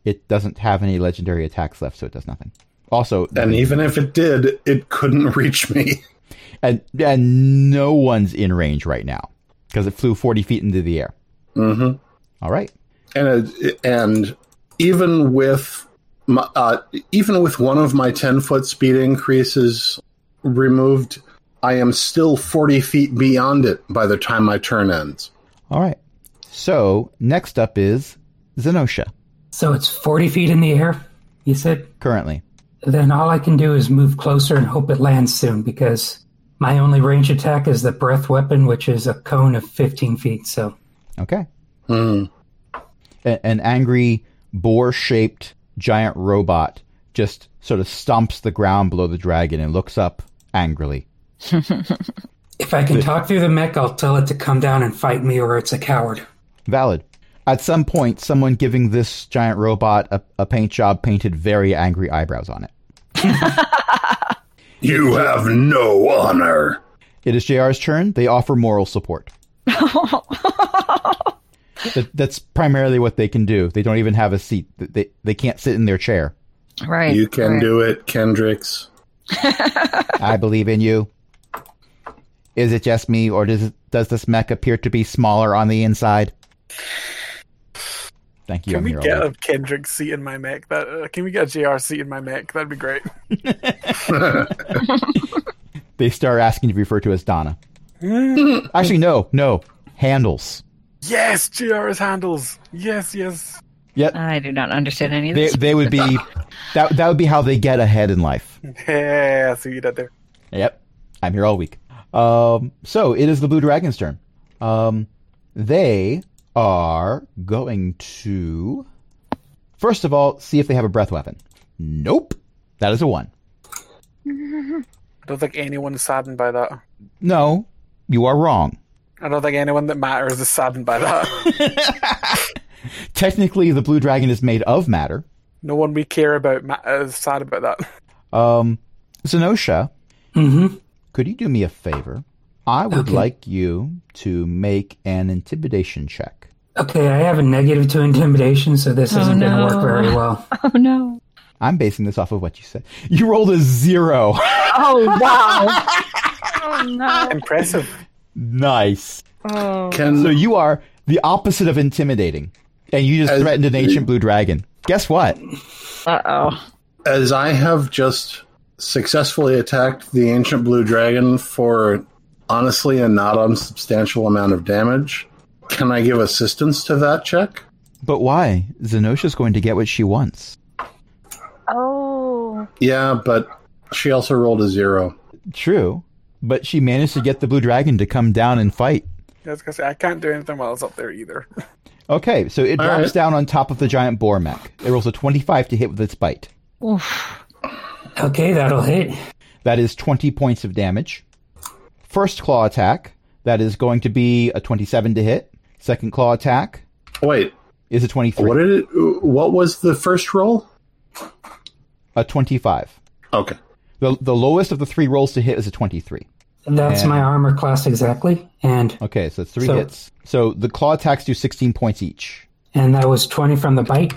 Speaker 1: it doesn't have any legendary attacks left, so it does nothing. Also,
Speaker 3: And even if it did, it couldn't reach me.
Speaker 1: and and no one's in range right now because it flew 40 feet into the air.
Speaker 3: hmm
Speaker 1: All right.
Speaker 3: And it, and even with my, uh, even with one of my ten foot speed increases removed, I am still forty feet beyond it by the time my turn ends.
Speaker 1: All right. So next up is Zenosha
Speaker 2: So it's 40 feet in the air, you said?
Speaker 1: currently.
Speaker 2: Then all I can do is move closer and hope it lands soon because my only range attack is the breath weapon, which is a cone of 15 feet. So
Speaker 1: Okay.
Speaker 3: Hmm.
Speaker 1: A- an angry boar shaped giant robot just sort of stomps the ground below the dragon and looks up angrily.
Speaker 2: if I can talk through the mech, I'll tell it to come down and fight me or it's a coward.
Speaker 1: Valid. At some point, someone giving this giant robot a, a paint job painted very angry eyebrows on it.
Speaker 3: You have no honor.
Speaker 1: It is JR's turn. They offer moral support. that, that's primarily what they can do. They don't even have a seat. Th- They, they can't sit in their chair.
Speaker 5: Right.
Speaker 3: You can
Speaker 5: right.
Speaker 3: do it, Kendricks.
Speaker 1: I believe in you. Is it just me, or does, it- does this mech appear to be smaller on the inside? Thank you.
Speaker 4: Can
Speaker 1: I'm
Speaker 4: we
Speaker 1: here all
Speaker 4: get
Speaker 1: day.
Speaker 4: a Kendrick seat in my mech? That uh, can we get a JR seat in my mech? That'd be great.
Speaker 1: They start asking to be referred to as Donna. Actually, no, no. Handles.
Speaker 4: Yes, JR's handles. Yes, yes.
Speaker 1: Yep.
Speaker 5: I do not understand any of
Speaker 1: They,
Speaker 5: this.
Speaker 1: they would be that that would be how they get ahead in life.
Speaker 4: Yeah, I see you did there.
Speaker 1: Yep. I'm here all week. Um so it is the blue dragon's turn. Um they are going to first of all see if they have a breath weapon. Nope. That is a one.
Speaker 4: I don't think anyone is saddened by that.
Speaker 1: No, you are wrong.
Speaker 4: I don't think anyone that matters is saddened by that.
Speaker 1: Technically, the blue dragon is made of matter.
Speaker 4: no one we care about ma- uh, is sad about that.
Speaker 1: Um, Zenosha,
Speaker 2: Mm-hmm.
Speaker 1: could you do me a favor? I would
Speaker 2: Okay.
Speaker 1: like you to make an intimidation check.
Speaker 2: Okay, I have a negative to intimidation, so this
Speaker 5: Oh,
Speaker 2: isn't going to
Speaker 5: no.
Speaker 2: work very well.
Speaker 5: Oh no.
Speaker 1: I'm basing this off of what you said. You rolled a zero.
Speaker 5: Oh wow.
Speaker 6: Oh no.
Speaker 4: Impressive.
Speaker 1: nice.
Speaker 5: Oh.
Speaker 3: Can
Speaker 1: So you are the opposite of intimidating, and you just
Speaker 3: As-
Speaker 1: threatened an ancient blue dragon. Guess what?
Speaker 5: Uh oh.
Speaker 3: as I have just successfully attacked the ancient blue dragon for honestly a not unsubstantial amount of damage, can I give assistance to that check?
Speaker 1: But why? Zenosha's going to get what she wants.
Speaker 6: Oh.
Speaker 3: Yeah, but she also rolled a zero.
Speaker 1: True, but she managed to get the blue dragon to come down and fight.
Speaker 4: I was gonna say, I can't do anything while it's up there either.
Speaker 1: Okay, so it
Speaker 3: All
Speaker 1: drops
Speaker 3: right.
Speaker 1: down on top of the giant boar mech. It rolls a 25 to hit with its bite.
Speaker 5: Oof.
Speaker 2: Okay, that'll hit.
Speaker 1: That is 20 points of damage. First claw attack, that is going to be a 27 to hit. Second claw attack
Speaker 3: Wait,
Speaker 1: is a 23.
Speaker 3: what did it? What was the first roll?
Speaker 1: A 25.
Speaker 3: Okay.
Speaker 1: The, the lowest of the three rolls to hit is a 23.
Speaker 2: That's
Speaker 1: And-
Speaker 2: my armor class exactly, and
Speaker 1: Okay, so it's three
Speaker 2: So-
Speaker 1: hits. So the claw attacks do 16 points each.
Speaker 2: and that was twenty from the bite.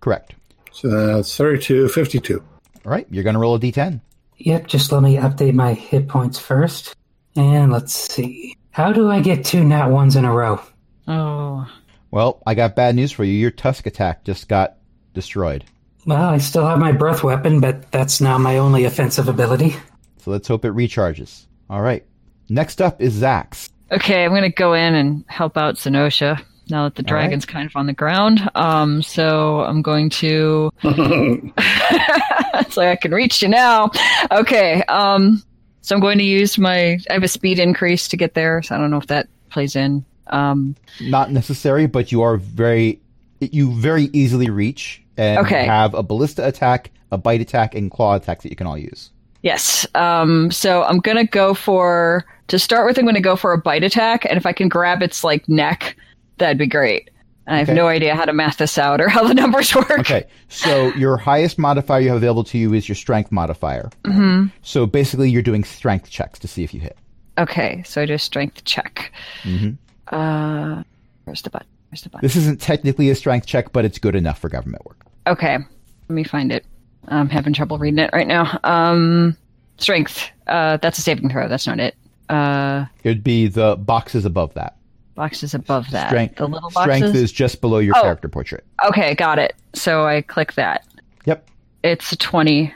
Speaker 1: Correct.
Speaker 3: So that's 32, 52.
Speaker 1: All right, you're going to roll a d10.
Speaker 2: Yep, just let me update my hit points first. And let's see. How do I get two nat ones in a row?
Speaker 5: Oh.
Speaker 1: Well, I got bad news for you. Your tusk attack just got destroyed.
Speaker 2: Well, I still have my breath weapon, but that's not my only offensive ability.
Speaker 1: So let's hope it recharges. All right. Next up is Zax.
Speaker 5: Okay, I'm gonna go in and help out Zenosha now that the dragon's kind of on the ground. Um, so I'm going to. it's like I can reach you now. Okay. Um, so I'm going to use my. I have a speed increase to get there, so I don't know if that plays in. Um,
Speaker 1: Not necessary, but you are very you very easily reach and
Speaker 5: Okay.
Speaker 1: have a ballista attack, a bite attack, and claw attacks that you can all use.
Speaker 5: yes. Um, so I'm gonna go for to start with. I'm gonna go for a bite attack, and if I can grab its like neck, that'd be great. I have
Speaker 1: Okay.
Speaker 5: no idea how to math this out or how the numbers work.
Speaker 1: Okay. So your highest modifier you have available to you is your strength modifier.
Speaker 5: hmm
Speaker 1: So basically you're doing strength checks to see if you hit.
Speaker 5: Okay, so I do a strength check.
Speaker 1: Mhm.
Speaker 5: Uh, where's the button? Where's the button?
Speaker 1: This isn't technically a strength check, but it's good enough for government work.
Speaker 5: Okay, let me find it. I'm having trouble reading it right now. Um, strength. Uh, that's a saving throw. That's not it. Uh,
Speaker 1: It'd be the boxes above that.
Speaker 5: boxes above that.
Speaker 1: Strength.
Speaker 5: The little boxes.
Speaker 1: strength is just below your
Speaker 5: Oh.
Speaker 1: character portrait.
Speaker 5: Okay, got it. So I click that.
Speaker 1: Yep.
Speaker 5: It's a twenty.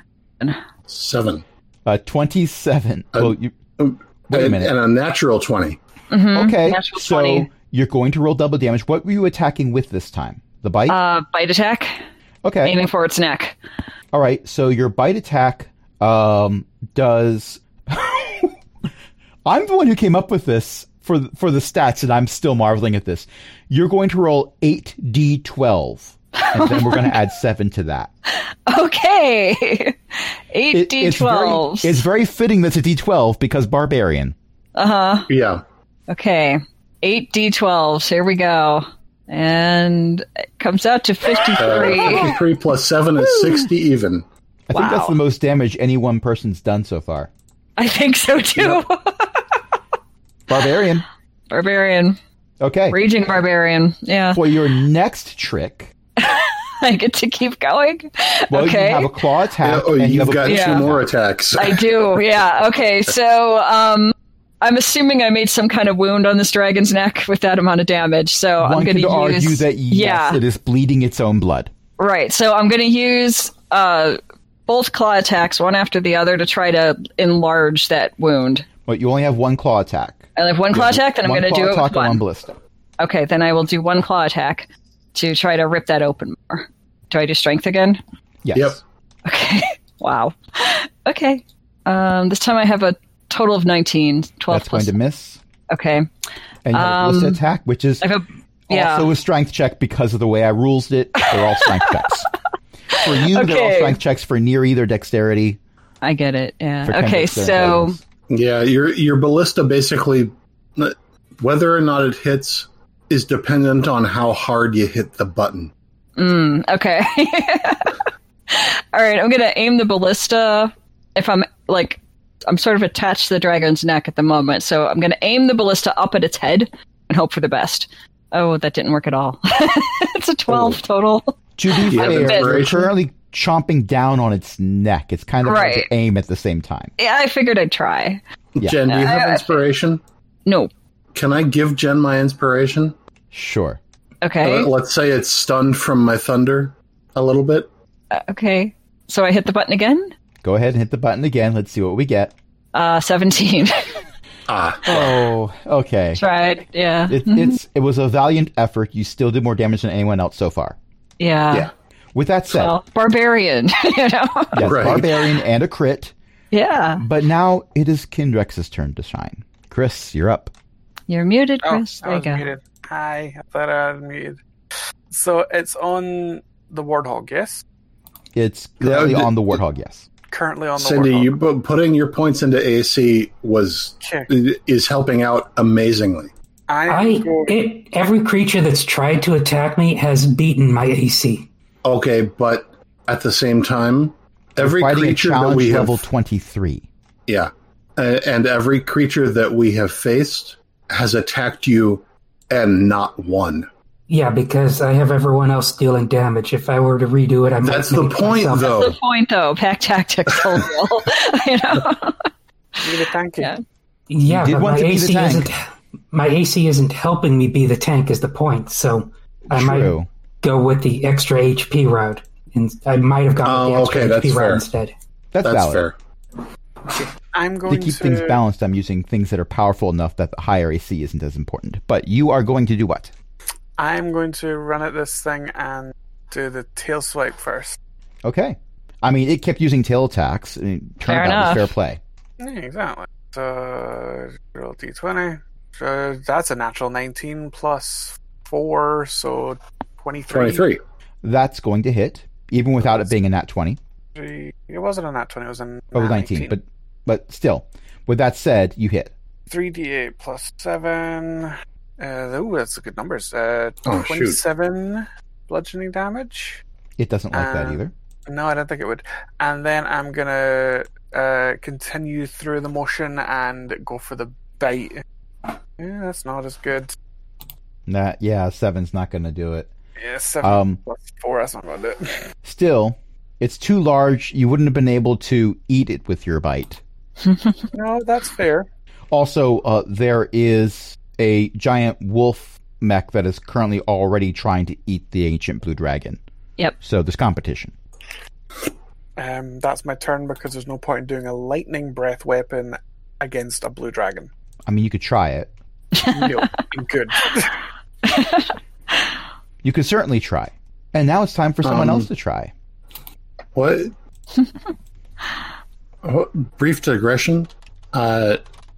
Speaker 3: Seven.
Speaker 1: Uh, 27.
Speaker 3: Uh,
Speaker 1: well, you,
Speaker 3: um,
Speaker 1: wait a
Speaker 3: And-
Speaker 1: minute.
Speaker 3: And a natural 20.
Speaker 5: Mm-hmm.
Speaker 1: okay.
Speaker 5: Natural
Speaker 1: So
Speaker 5: twenty.
Speaker 1: you're going to roll double damage. What were you attacking with this time? The bite?
Speaker 5: Uh, bite attack.
Speaker 1: okay.
Speaker 5: Aiming for its neck.
Speaker 1: All right. So your bite attack um, does. I'm the one who came up with this for th- for the stats, and I'm still marveling at this. You're going to roll 8d12, and then we're going to add 7 to that.
Speaker 5: Okay. Eight
Speaker 1: It-
Speaker 5: d
Speaker 1: it's very-
Speaker 5: twelve.
Speaker 1: It's very fitting that's a D12 because barbarian.
Speaker 5: Uh huh.
Speaker 3: Yeah.
Speaker 5: Okay. Eight D12s. Here we go. And it comes out to
Speaker 1: Uh,
Speaker 5: 53.
Speaker 3: 53 plus 7 is 60 even.
Speaker 1: I think that's
Speaker 5: Wow.
Speaker 1: the most damage any one person's done so far.
Speaker 5: I think so too.
Speaker 1: Barbarian.
Speaker 5: barbarian.
Speaker 1: Okay.
Speaker 5: Raging barbarian. Yeah.
Speaker 1: For your next trick,
Speaker 5: I get to keep going.
Speaker 1: well,
Speaker 5: okay.
Speaker 1: you have a claw attack,
Speaker 3: oh,
Speaker 1: and you
Speaker 3: you've
Speaker 1: have a
Speaker 3: got two
Speaker 1: bite
Speaker 5: Yeah.
Speaker 1: attack.
Speaker 3: more attacks.
Speaker 5: I do. Yeah. Okay. So, um, I'm assuming I made some kind of wound on this dragon's neck with that amount of damage. So I'm
Speaker 1: One
Speaker 5: going
Speaker 1: could
Speaker 5: to
Speaker 1: argue
Speaker 5: use.
Speaker 1: that yes,
Speaker 5: yeah.
Speaker 1: it is bleeding its own blood.
Speaker 5: Right. So I'm going to use uh, both claw attacks, one after the other, to try to enlarge that wound.
Speaker 1: But you only have one claw attack.
Speaker 5: I have one claw attack, then I'm
Speaker 1: One
Speaker 5: going to
Speaker 1: claw
Speaker 5: do it
Speaker 1: attack and
Speaker 5: with
Speaker 1: one
Speaker 5: one.
Speaker 1: ballista.
Speaker 5: Okay, then I will do one claw attack to try to rip that open more. Do I do strength again?
Speaker 1: Yes.
Speaker 3: Yep.
Speaker 5: Okay. wow. Okay. Um, this time I have a total of 19. 12
Speaker 1: That's
Speaker 5: plus.
Speaker 1: going to miss.
Speaker 5: okay.
Speaker 1: And you have a ballista
Speaker 5: Um,
Speaker 1: attack, which is
Speaker 5: I have a. Yeah.
Speaker 1: also a strength check because of the way I rules it. They're all strength checks. for you. They're all
Speaker 5: Okay.
Speaker 1: strength checks for near either dexterity.
Speaker 5: I get it.
Speaker 1: For
Speaker 5: Yeah. Okay,
Speaker 1: Kendrick's, they're
Speaker 5: so
Speaker 1: bonus.
Speaker 3: Yeah, your your ballista basically, whether or not it hits, is dependent on how hard you hit the button.
Speaker 5: mm, okay. All right, I'm gonna aim the ballista. If I'm like, I'm sort of attached to the dragon's neck at the moment, so I'm gonna aim the ballista up at its head and hope for the best. Oh, that didn't work at all. it's a twelve total.
Speaker 1: To be
Speaker 3: you have
Speaker 1: fair, you're
Speaker 3: inspiration?
Speaker 1: currently chomping down on its neck. It's kind of hard
Speaker 5: Right.
Speaker 1: to aim at the same time.
Speaker 5: Yeah, I figured I'd try.
Speaker 1: Yeah.
Speaker 3: Jen, do you have
Speaker 5: I- I-
Speaker 3: inspiration?
Speaker 5: No.
Speaker 3: Can I give Jen my inspiration?
Speaker 1: Sure.
Speaker 5: Okay.
Speaker 3: Uh, let's say it's stunned from my thunder a little bit.
Speaker 5: Uh, okay. So I hit the button again.
Speaker 1: Go ahead and hit the button again. Let's see what we get.
Speaker 5: Uh, seventeen.
Speaker 3: Ah,
Speaker 1: Oh, okay.
Speaker 5: Tried. Yeah.
Speaker 1: It, it's it was a valiant effort. You still did more damage than anyone else so far.
Speaker 5: yeah.
Speaker 3: yeah.
Speaker 1: With that said,
Speaker 5: Well, barbarian. you know.
Speaker 1: yes,
Speaker 3: Right.
Speaker 1: barbarian and a crit.
Speaker 5: Yeah.
Speaker 1: But now it is Kindrex's turn to shine. Chris, you're up.
Speaker 5: You're muted, Chris.
Speaker 4: Oh, I
Speaker 5: there you
Speaker 4: was
Speaker 5: go.
Speaker 4: muted. Hi, I thought I was muted. So it's on the warthog, yes.
Speaker 1: It's clearly
Speaker 3: Uh, d-
Speaker 1: on the warthog. Yes.
Speaker 4: Currently on the
Speaker 3: Cindy,
Speaker 4: warthog.
Speaker 3: you bu- putting your points into AC was
Speaker 4: Sure.
Speaker 3: is helping out amazingly.
Speaker 4: I
Speaker 2: I
Speaker 4: am going-
Speaker 2: it, every creature that's tried to attack me has beaten my AC.
Speaker 3: Okay, but at the same time, every
Speaker 1: Fighting a
Speaker 3: creature that
Speaker 1: challenge
Speaker 3: we have
Speaker 1: level twenty three.
Speaker 3: Yeah. A- And every creature that we have faced has attacked you and not one.
Speaker 2: Yeah, because I have everyone else dealing damage. If I were to redo it, I might
Speaker 3: That's the
Speaker 2: make
Speaker 3: point,
Speaker 2: myself-
Speaker 5: That's
Speaker 3: though.
Speaker 5: the point, though. Pack tactics, whole deal. you know.
Speaker 4: Really tanky.
Speaker 5: Yeah.
Speaker 2: Yeah,
Speaker 1: You did
Speaker 2: but
Speaker 1: want
Speaker 2: my
Speaker 1: to be the
Speaker 2: AC
Speaker 1: tank.
Speaker 2: isn't my AC isn't helping me be the tank is the point. So I might
Speaker 1: True.
Speaker 2: go with the extra HP route, and I might have gone
Speaker 3: Oh,
Speaker 2: with the extra
Speaker 3: okay, that's
Speaker 2: HP route
Speaker 3: fair.
Speaker 2: instead.
Speaker 1: That's,
Speaker 3: That's
Speaker 1: valid.
Speaker 3: fair.
Speaker 4: I'm
Speaker 1: To
Speaker 4: going
Speaker 1: keep things
Speaker 4: to-
Speaker 1: balanced, I'm using things that are powerful enough that the higher AC isn't as important. But you are going to do what?
Speaker 4: I'm going to run at this thing and do the tail swipe first.
Speaker 1: Okay. I mean, it kept using tail attacks. I mean,
Speaker 5: Fair
Speaker 1: Turnabout was
Speaker 5: enough.
Speaker 1: fair play.
Speaker 4: Yeah, exactly. So roll d20. So that's a natural 19 plus four, so 23.
Speaker 3: 23.
Speaker 1: That's going to hit, even without it being a nat 20.
Speaker 4: It wasn't a nat 20. It was a
Speaker 1: But with 19, but but still. With that said, you hit.
Speaker 4: 3d8 plus 7. Uh, ooh, that's good numbers. Uh,
Speaker 3: Oh, shoot.
Speaker 4: 27 bludgeoning damage.
Speaker 1: It doesn't like that
Speaker 4: Uh,
Speaker 1: either.
Speaker 4: No, I don't think it would. And then I'm going to uh, continue through the motion and go for the bite. Yeah, that's not as good.
Speaker 1: Nah, yeah, seven's not going to do it.
Speaker 4: Yeah, 7
Speaker 1: Um,
Speaker 4: plus 4, that's not going to do it.
Speaker 1: still, it's too large. You wouldn't have been able to eat it with your bite.
Speaker 4: no, that's fair.
Speaker 1: Also, uh, there is a giant wolf mech that is currently already trying to eat the ancient blue dragon.
Speaker 5: Yep.
Speaker 1: So there's competition.
Speaker 4: Um, that's my turn because there's no point in doing a lightning breath weapon against a blue dragon.
Speaker 1: I mean, you could try it.
Speaker 4: No, I'm good.
Speaker 1: You could certainly try. And now it's time for someone
Speaker 3: Um,
Speaker 1: else to try.
Speaker 3: What? Oh, Brief digression. Uh,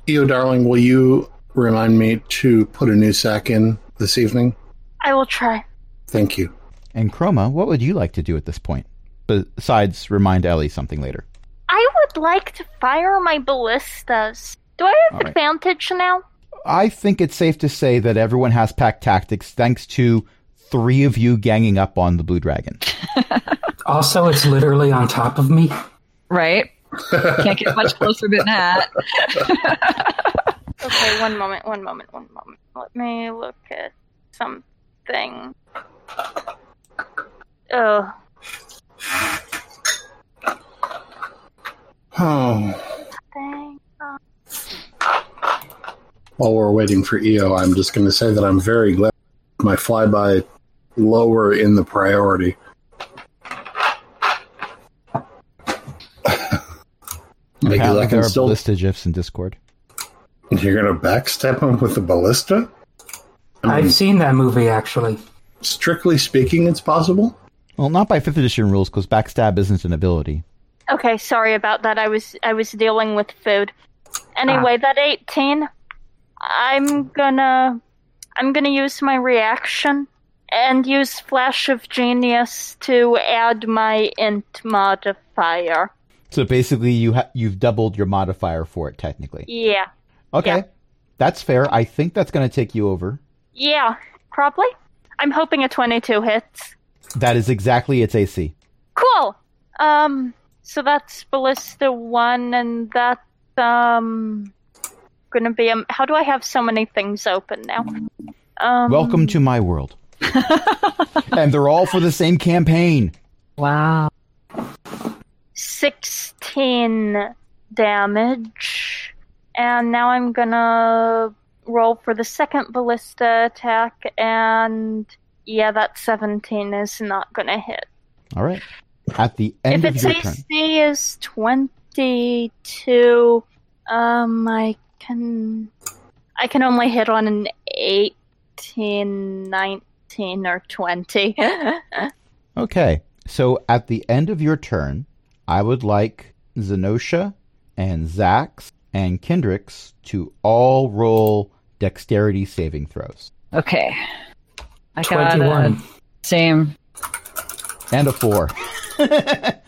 Speaker 3: Eo Darling, will you remind me to put a new sack in this evening?
Speaker 6: I will try.
Speaker 3: Thank you.
Speaker 1: And Chroma, what would you like to do at this point? Besides, remind Ellie something later.
Speaker 6: I would like to fire my ballistas. Do I have
Speaker 1: All right.
Speaker 6: advantage now?
Speaker 1: I think it's safe to say that everyone has pack tactics thanks to three of you ganging up on the blue dragon.
Speaker 2: Also, it's literally on top of me.
Speaker 3: Hmm.
Speaker 5: Right? Can't get much closer than that.
Speaker 6: Okay, one moment, one moment, one moment. Let me look at something. Oh,
Speaker 3: Oh.
Speaker 6: dang.
Speaker 3: While we're waiting for EO, I'm just going to say that I'm very glad my flyby lower in the priority. because
Speaker 1: Apparently
Speaker 3: I
Speaker 1: there
Speaker 3: can
Speaker 1: are
Speaker 3: still.
Speaker 1: ballista gifs in Discord.
Speaker 3: You're going to backstab him with the ballista? I mean,
Speaker 2: I've seen that movie actually.
Speaker 3: strictly speaking, it's possible.
Speaker 1: Well, not by fifth edition rules, because backstab isn't an ability.
Speaker 6: Okay, sorry about that. I was I was dealing with food. Anyway,
Speaker 1: Ah.
Speaker 6: that 18. I'm gonna I'm gonna use my reaction and use Flash of Genius to add my int modifier.
Speaker 1: So basically, you ha- you've doubled your modifier for it technically.
Speaker 6: Yeah.
Speaker 1: Okay,
Speaker 6: Yeah.
Speaker 1: that's fair. I think that's going to take you over.
Speaker 6: Yeah, probably. I'm hoping a 22 hits.
Speaker 1: That is exactly its AC.
Speaker 6: Cool. Um, so that's ballista one, and that's um, gonna be um. How do I have so many things open now? Um,
Speaker 1: Welcome to my world. and they're all for the same campaign.
Speaker 5: Wow.
Speaker 6: Sixteen damage, and now I'm gonna roll for the second ballista attack, and yeah, that seventeen is not gonna hit.
Speaker 1: All right. At the end
Speaker 6: if
Speaker 1: of
Speaker 6: its
Speaker 1: your turn.
Speaker 6: AC is 22, um, I can I can only hit on an 18, 19, or 20.
Speaker 1: Okay. So at the end of your turn, I would like Zenosha and Zax and Kendricks to all roll dexterity saving throws.
Speaker 5: Okay. I got a
Speaker 2: 21.
Speaker 5: same.
Speaker 1: And a four.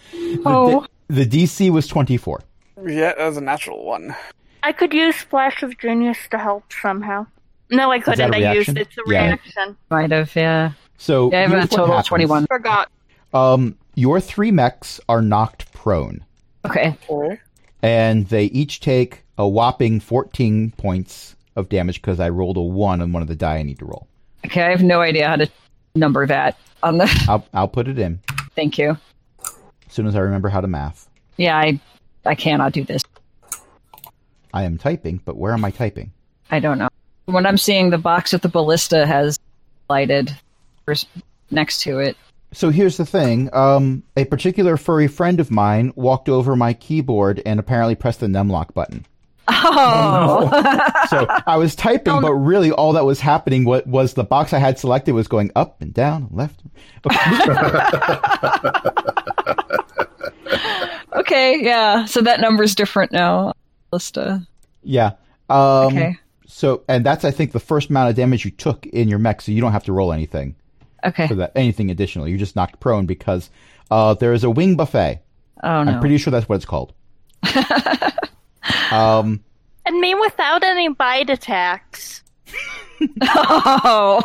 Speaker 5: Oh.
Speaker 1: The DC was 24.
Speaker 4: Yeah, that was a natural one.
Speaker 6: I could use Flash of Genius to help somehow. No, I
Speaker 1: that
Speaker 6: couldn't.
Speaker 1: a
Speaker 6: I used
Speaker 1: reaction?
Speaker 6: it's a
Speaker 1: Yeah.
Speaker 6: reaction.
Speaker 5: Might have, yeah.
Speaker 1: So
Speaker 5: Yeah, I have a
Speaker 1: here's what
Speaker 5: total of
Speaker 1: happens.
Speaker 5: 21.
Speaker 6: Forgot.
Speaker 1: Um, your three mechs are knocked prone,
Speaker 5: Okay.
Speaker 4: Okay.
Speaker 1: and they each take a whopping 14 points of damage because I rolled a one on one of the die I need to roll.
Speaker 5: Okay, I have no idea how to number that on the
Speaker 1: I'll, I'll put it in
Speaker 5: thank you.
Speaker 1: as soon as I remember how to math.
Speaker 5: Yeah, I I cannot do this.
Speaker 1: I am typing, but where am I typing?
Speaker 5: I don't know. From What I'm seeing the box that the ballista has lighted there's next to it.
Speaker 1: So here's the thing. Um, a particular furry friend of mine walked over my keyboard and apparently pressed the numlock button.
Speaker 5: Oh,
Speaker 1: So I was typing, but really all that was happening was, was the box I had selected was going up and down, left. Okay.
Speaker 5: okay, yeah. So that number's different now. Ballista.
Speaker 1: yeah. Um,
Speaker 5: Okay.
Speaker 1: So, and that's, I think, the first amount of damage you took in your mech, so you don't have to roll anything
Speaker 5: Okay.
Speaker 1: for that, anything additional. You're just knocked prone because uh, there is a wing buffet.
Speaker 5: Oh
Speaker 1: I'm
Speaker 5: no.
Speaker 1: pretty sure that's what it's called. um,
Speaker 6: And me without any bite attacks.
Speaker 5: Oh.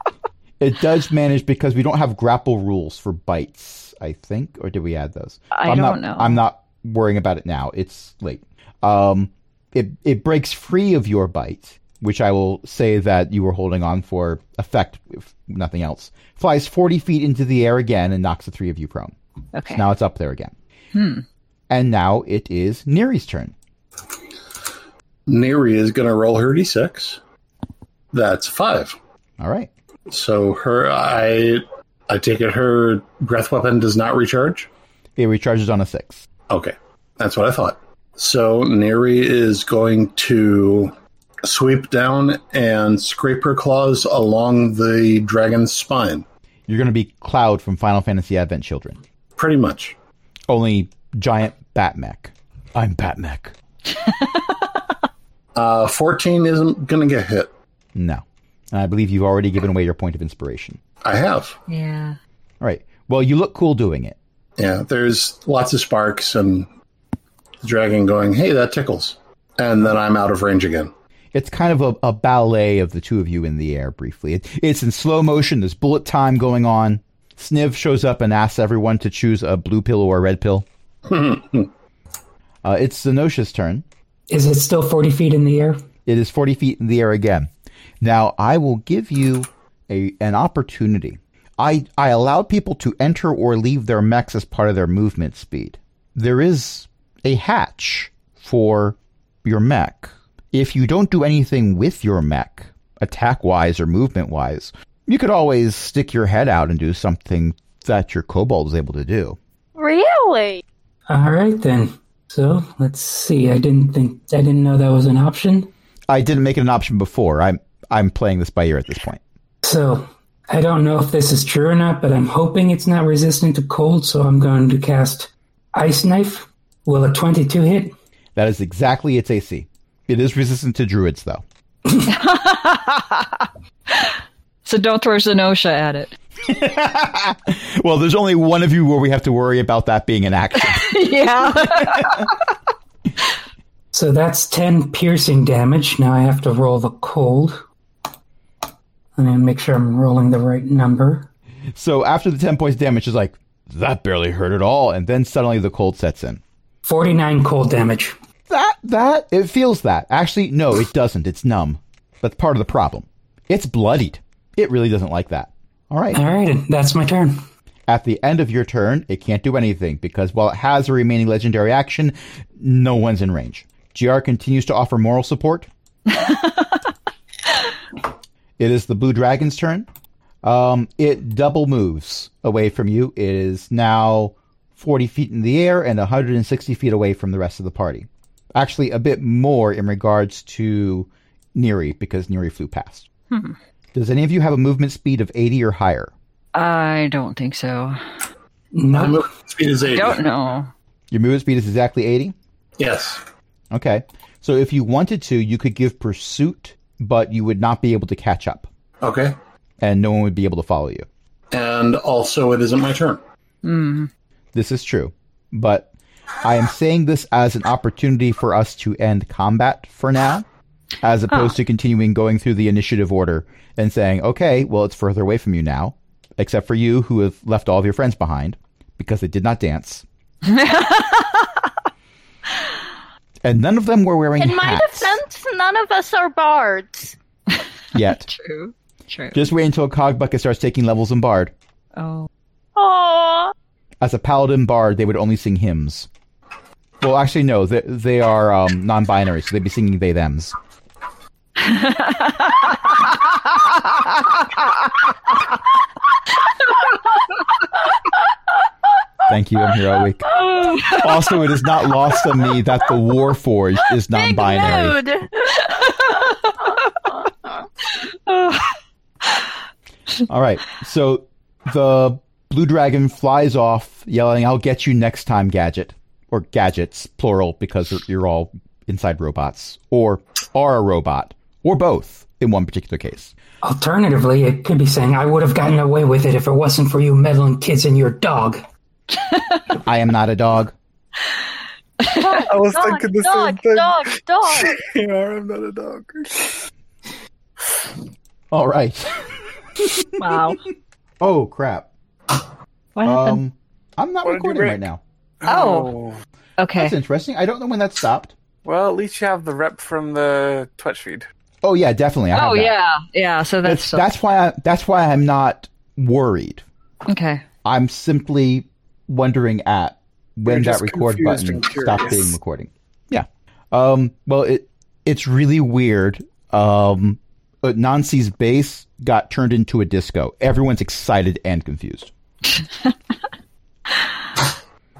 Speaker 1: It does manage because we don't have grapple rules for bites, I think, or did we add those?
Speaker 5: I
Speaker 1: am not,
Speaker 5: don't know.
Speaker 1: I'm not worrying about it now. It's late. Um, it it breaks free of your bite, which I will say that you were holding on for effect, if nothing else. Flies 40 feet into the air again and knocks the three of you prone.
Speaker 5: okay. Hmm.
Speaker 1: Now it's up there again. And now it is Neri's turn.
Speaker 3: Neri is going to roll her d6. That's five.
Speaker 1: All right.
Speaker 3: So her, I, I take it her breath weapon does not recharge.
Speaker 1: It recharges on a six.
Speaker 3: Okay, that's what I thought. So Neri is going to sweep down and scrape her claws along the dragon's spine,
Speaker 1: You're going to be Cloud from Final Fantasy Advent Children.
Speaker 3: pretty much.
Speaker 1: Only giant bat mech. I'm bat mech.
Speaker 3: Uh, Fourteen isn't going to get hit.
Speaker 1: No. And I believe you've already given away your point of inspiration.
Speaker 3: I have.
Speaker 5: Yeah.
Speaker 1: All right. Well, you look cool doing it.
Speaker 3: Yeah, there's lots of sparks and the dragon going, "Hey, that tickles," and then I'm out of range again.
Speaker 1: It's kind of a, a ballet of the two of you in the air briefly. It, it's in slow motion. There's bullet time going on. Sniv shows up and asks everyone to choose a blue pill or a red pill. uh, it's Zenosha's turn.
Speaker 2: Is it still 40 feet in the air?
Speaker 1: It is 40 feet in the air again. Now, I will give you a, an opportunity. I, I allowed people to enter or leave their mechs as part of their movement speed. There is a hatch for your mech. If you don't do anything with your mech, attack wise or movement wise, you could always stick your head out and do something that your kobold is able to do.
Speaker 6: Really?
Speaker 2: All right then. So let's see. I didn't think I didn't know that was an option.
Speaker 1: I didn't make it an option before. I'm I'm playing this by ear at this point.
Speaker 2: So I don't know if this is true or not, but I'm hoping it's not resistant to cold. So I'm going to cast ice knife. Will a 22 hit?
Speaker 1: That is exactly its AC. It is resistant to druids, though.
Speaker 5: So don't throw Zenosha at it.
Speaker 1: well, there's only one of you where we have to worry about that being an action.
Speaker 5: yeah.
Speaker 2: So that's 10 piercing damage. Now I have to roll the cold. I'm going to make sure I'm rolling the right number.
Speaker 1: so after the 10 points damage, it's like, that barely hurt at all. And then suddenly the cold sets in.
Speaker 2: 49 cold damage.
Speaker 1: That, that, it feels that. Actually, no, it doesn't. It's numb. That's part of the problem. It's bloodied. It really doesn't like that. All right.
Speaker 2: All right, and that's my turn.
Speaker 1: At the end of your turn, it can't do anything because while it has a remaining legendary action, no one's in range. GR continues to offer moral support. it is the blue dragon's turn. Um, it double moves away from you. It is now 40 feet in the air and 160 feet away from the rest of the party. Actually, a bit more in regards to Neri because Neri flew past. Does any of you have a movement speed of 80 or higher?
Speaker 5: I don't think so.
Speaker 2: No,
Speaker 3: My movement speed is 80.
Speaker 5: Don't know.
Speaker 1: Your movement speed is exactly 80?
Speaker 3: Yes.
Speaker 1: Okay. So if you wanted to, you could give pursuit, but you would not be able to catch up,
Speaker 3: Okay.
Speaker 1: and no one would be able to follow you.
Speaker 3: And also, it isn't my turn.
Speaker 1: This is true. But I am saying this as an opportunity for us to end combat for now, as opposed to continuing going through the initiative order and saying, okay, well, it's further away from you now, except for you who have left all of your friends behind because they did not dance. and none of them were wearing
Speaker 6: In my
Speaker 1: hats
Speaker 6: defense, none of us are bards.
Speaker 1: yet.
Speaker 5: True. True.
Speaker 1: Just wait until Cogbucket starts taking levels in Bard.
Speaker 5: oh.
Speaker 6: Aww.
Speaker 1: As a paladin bard, they would only sing hymns. Well, actually, no, they, they are um, non binary, so they'd be singing they thems. Thank you, I'm here all week. Also, it is not lost on me that the Warforged is non binary.
Speaker 6: Dude.
Speaker 1: All right. So the blue dragon flies off, yelling, "I'll get you next time, gadget!" Or gadgets, plural, because you're- you're all inside robots, or are a robot, or both in one particular case.
Speaker 2: Alternatively, it could be saying, I would have gotten away with it if it wasn't for you meddling kids and your dog.
Speaker 1: I am not a dog.
Speaker 4: I was
Speaker 6: Dog,
Speaker 4: thinking the same
Speaker 6: dog,
Speaker 4: thing.
Speaker 6: dog, dog.
Speaker 4: You are, I'm not a dog.
Speaker 1: All right.
Speaker 5: Wow.
Speaker 1: Oh crap.
Speaker 5: What happened?
Speaker 1: Um, I'm not
Speaker 4: What did you
Speaker 1: recording right
Speaker 4: break?
Speaker 1: now.
Speaker 5: Oh.
Speaker 1: That's
Speaker 5: okay.
Speaker 1: interesting. I don't know when that stopped.
Speaker 4: Well, at least you have the rep from the Twitch feed.
Speaker 1: Oh yeah, definitely. I have
Speaker 5: Oh
Speaker 1: that.
Speaker 5: yeah. Yeah. So that's
Speaker 1: That's that's why I, that's why I'm not worried.
Speaker 5: okay.
Speaker 1: I'm simply wondering at when
Speaker 4: You're
Speaker 1: that
Speaker 4: just
Speaker 1: record
Speaker 4: confused
Speaker 1: button
Speaker 4: and
Speaker 1: stopped
Speaker 4: curious.
Speaker 1: being recording. Yeah. Um, well, it it's really weird. Um, uh, Nancy's base got turned into a disco. Everyone's excited and confused.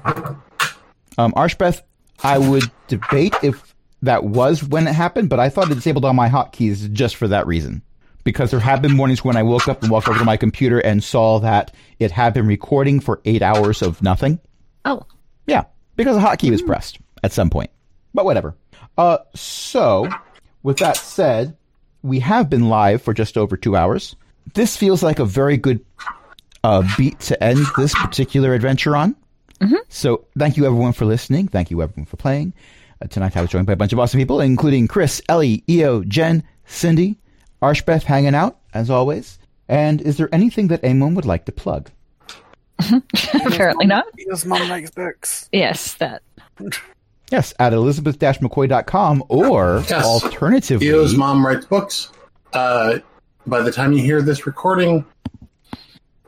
Speaker 1: um, Arshbeth, I would debate if that was when it happened, but I thought it disabled all my hotkeys just for that reason because there have been mornings when I woke up and walked over to my computer and saw that it had been recording for eight hours of nothing.
Speaker 5: Oh.
Speaker 1: Yeah, because a hotkey was pressed at some point. But whatever. Uh, so, with that said, we have been live for just over two hours. This feels like a very good uh, beat to end this particular adventure on. So, thank you everyone for listening. Thank you everyone for playing. Uh, tonight I was joined by a bunch of awesome people, including Chris, Ellie, Eo, Jen, Cindy, Arshbeth hanging out, as always. And is there anything that anyone would like to plug?
Speaker 5: Apparently not.
Speaker 4: His mom likes books.
Speaker 5: Yes. That.
Speaker 1: Yes, at elizabeth-mccoy.com or
Speaker 3: Yes.
Speaker 1: alternatively.
Speaker 3: Theo's mom writes books. Uh, by the time you hear this recording,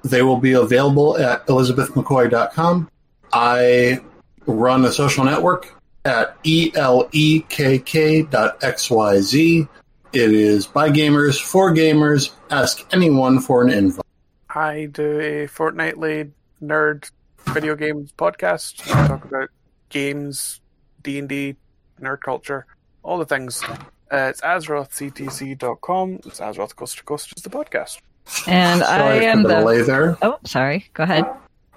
Speaker 3: they will be available at elizabethmccoy.com. I run a social network at E E-L-E-K-K dot X-Y-Z. It is by gamers, for gamers. Ask anyone for an invite.
Speaker 4: I do a fortnightly nerd video games podcast. I talk about games, D and D, nerd culture, all the things. Uh, it's AzerothCTC.com. It's Azeroth Coast to Coast is the podcast.
Speaker 5: And I
Speaker 3: Sorry
Speaker 5: am
Speaker 3: for the
Speaker 5: the.
Speaker 3: delay there.
Speaker 5: Oh, sorry. Go ahead.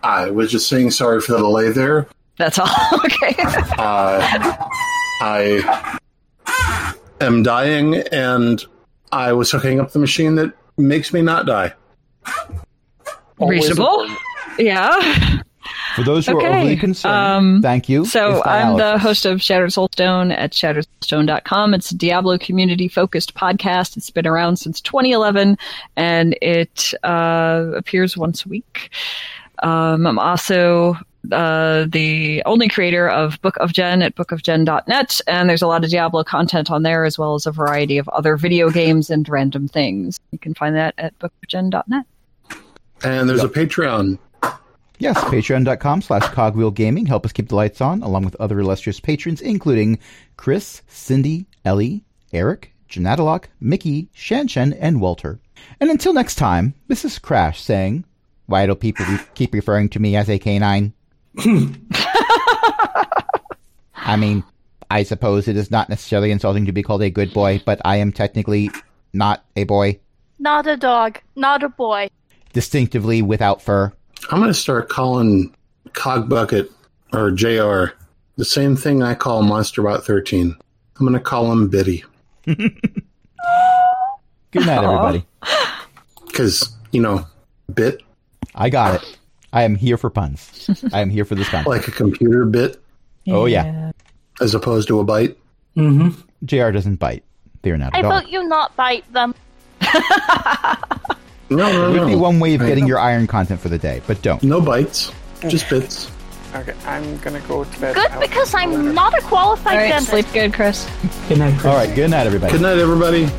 Speaker 3: I was just saying sorry for the delay there.
Speaker 5: That's all. okay.
Speaker 3: Uh, I am dying, and I was hooking up the machine that makes me not die.
Speaker 4: Always
Speaker 5: Reasonable.
Speaker 4: important.
Speaker 5: Yeah.
Speaker 1: For those who are
Speaker 5: Okay,
Speaker 1: overly concerned,
Speaker 5: um,
Speaker 1: thank you.
Speaker 5: So
Speaker 1: It's
Speaker 5: I'm the
Speaker 1: dialysis.
Speaker 5: host of Shattered Soulstone at shatteredsoulstone.com. It's a Diablo community focused podcast. It's been around since 2011 and it uh, appears once a week. Um, I'm also uh, the only creator of Book of Gen at bookofgen.net, and there's a lot of Diablo content on there as well as a variety of other video games and random things. You can find that at bookofgen.net.
Speaker 3: And there's a Patreon.
Speaker 1: Yes, patreon.com slash cogwheelgaming. Help us keep the lights on, along with other illustrious patrons, including Chris, Cindy, Ellie, Eric, Janatalock, Mickey, Shanshen, and Walter. And until next time, this is Crash saying, Why do people re- keep referring to me as a canine? I mean, I suppose it is not necessarily insulting to be called a good boy, but I am technically not a boy,
Speaker 6: Not a dog, not a boy.
Speaker 1: distinctively without fur.
Speaker 3: I'm going to start calling Cogbucket or JR the same thing I call MonsterBot 13. I'm going to call him Biddy
Speaker 1: Good night,
Speaker 5: Aw.
Speaker 1: everybody.
Speaker 3: because, you know, bit
Speaker 1: I got it. I am here for puns. I am here for this content.
Speaker 3: like a computer bit
Speaker 1: Oh, yeah.
Speaker 3: as opposed to a byte.
Speaker 2: Mm-hmm.
Speaker 1: JR doesn't bite. They're not
Speaker 6: I
Speaker 1: at all.
Speaker 6: vote you not bite them.
Speaker 3: No,
Speaker 1: There
Speaker 3: no,
Speaker 1: would be
Speaker 3: no.
Speaker 1: one way of
Speaker 3: I-
Speaker 1: getting your iron content for the day, but don't.
Speaker 3: No bites, just bits.
Speaker 4: Okay, I'm gonna go to bed.
Speaker 6: Good
Speaker 4: I'll-
Speaker 6: because
Speaker 4: I'll later.
Speaker 6: I'm not a
Speaker 5: All
Speaker 6: qualified
Speaker 5: right,
Speaker 6: dentist.
Speaker 5: sleep good, Chris.
Speaker 2: Good night, Chris.
Speaker 1: All right, good night, everybody.
Speaker 3: Good night, everybody.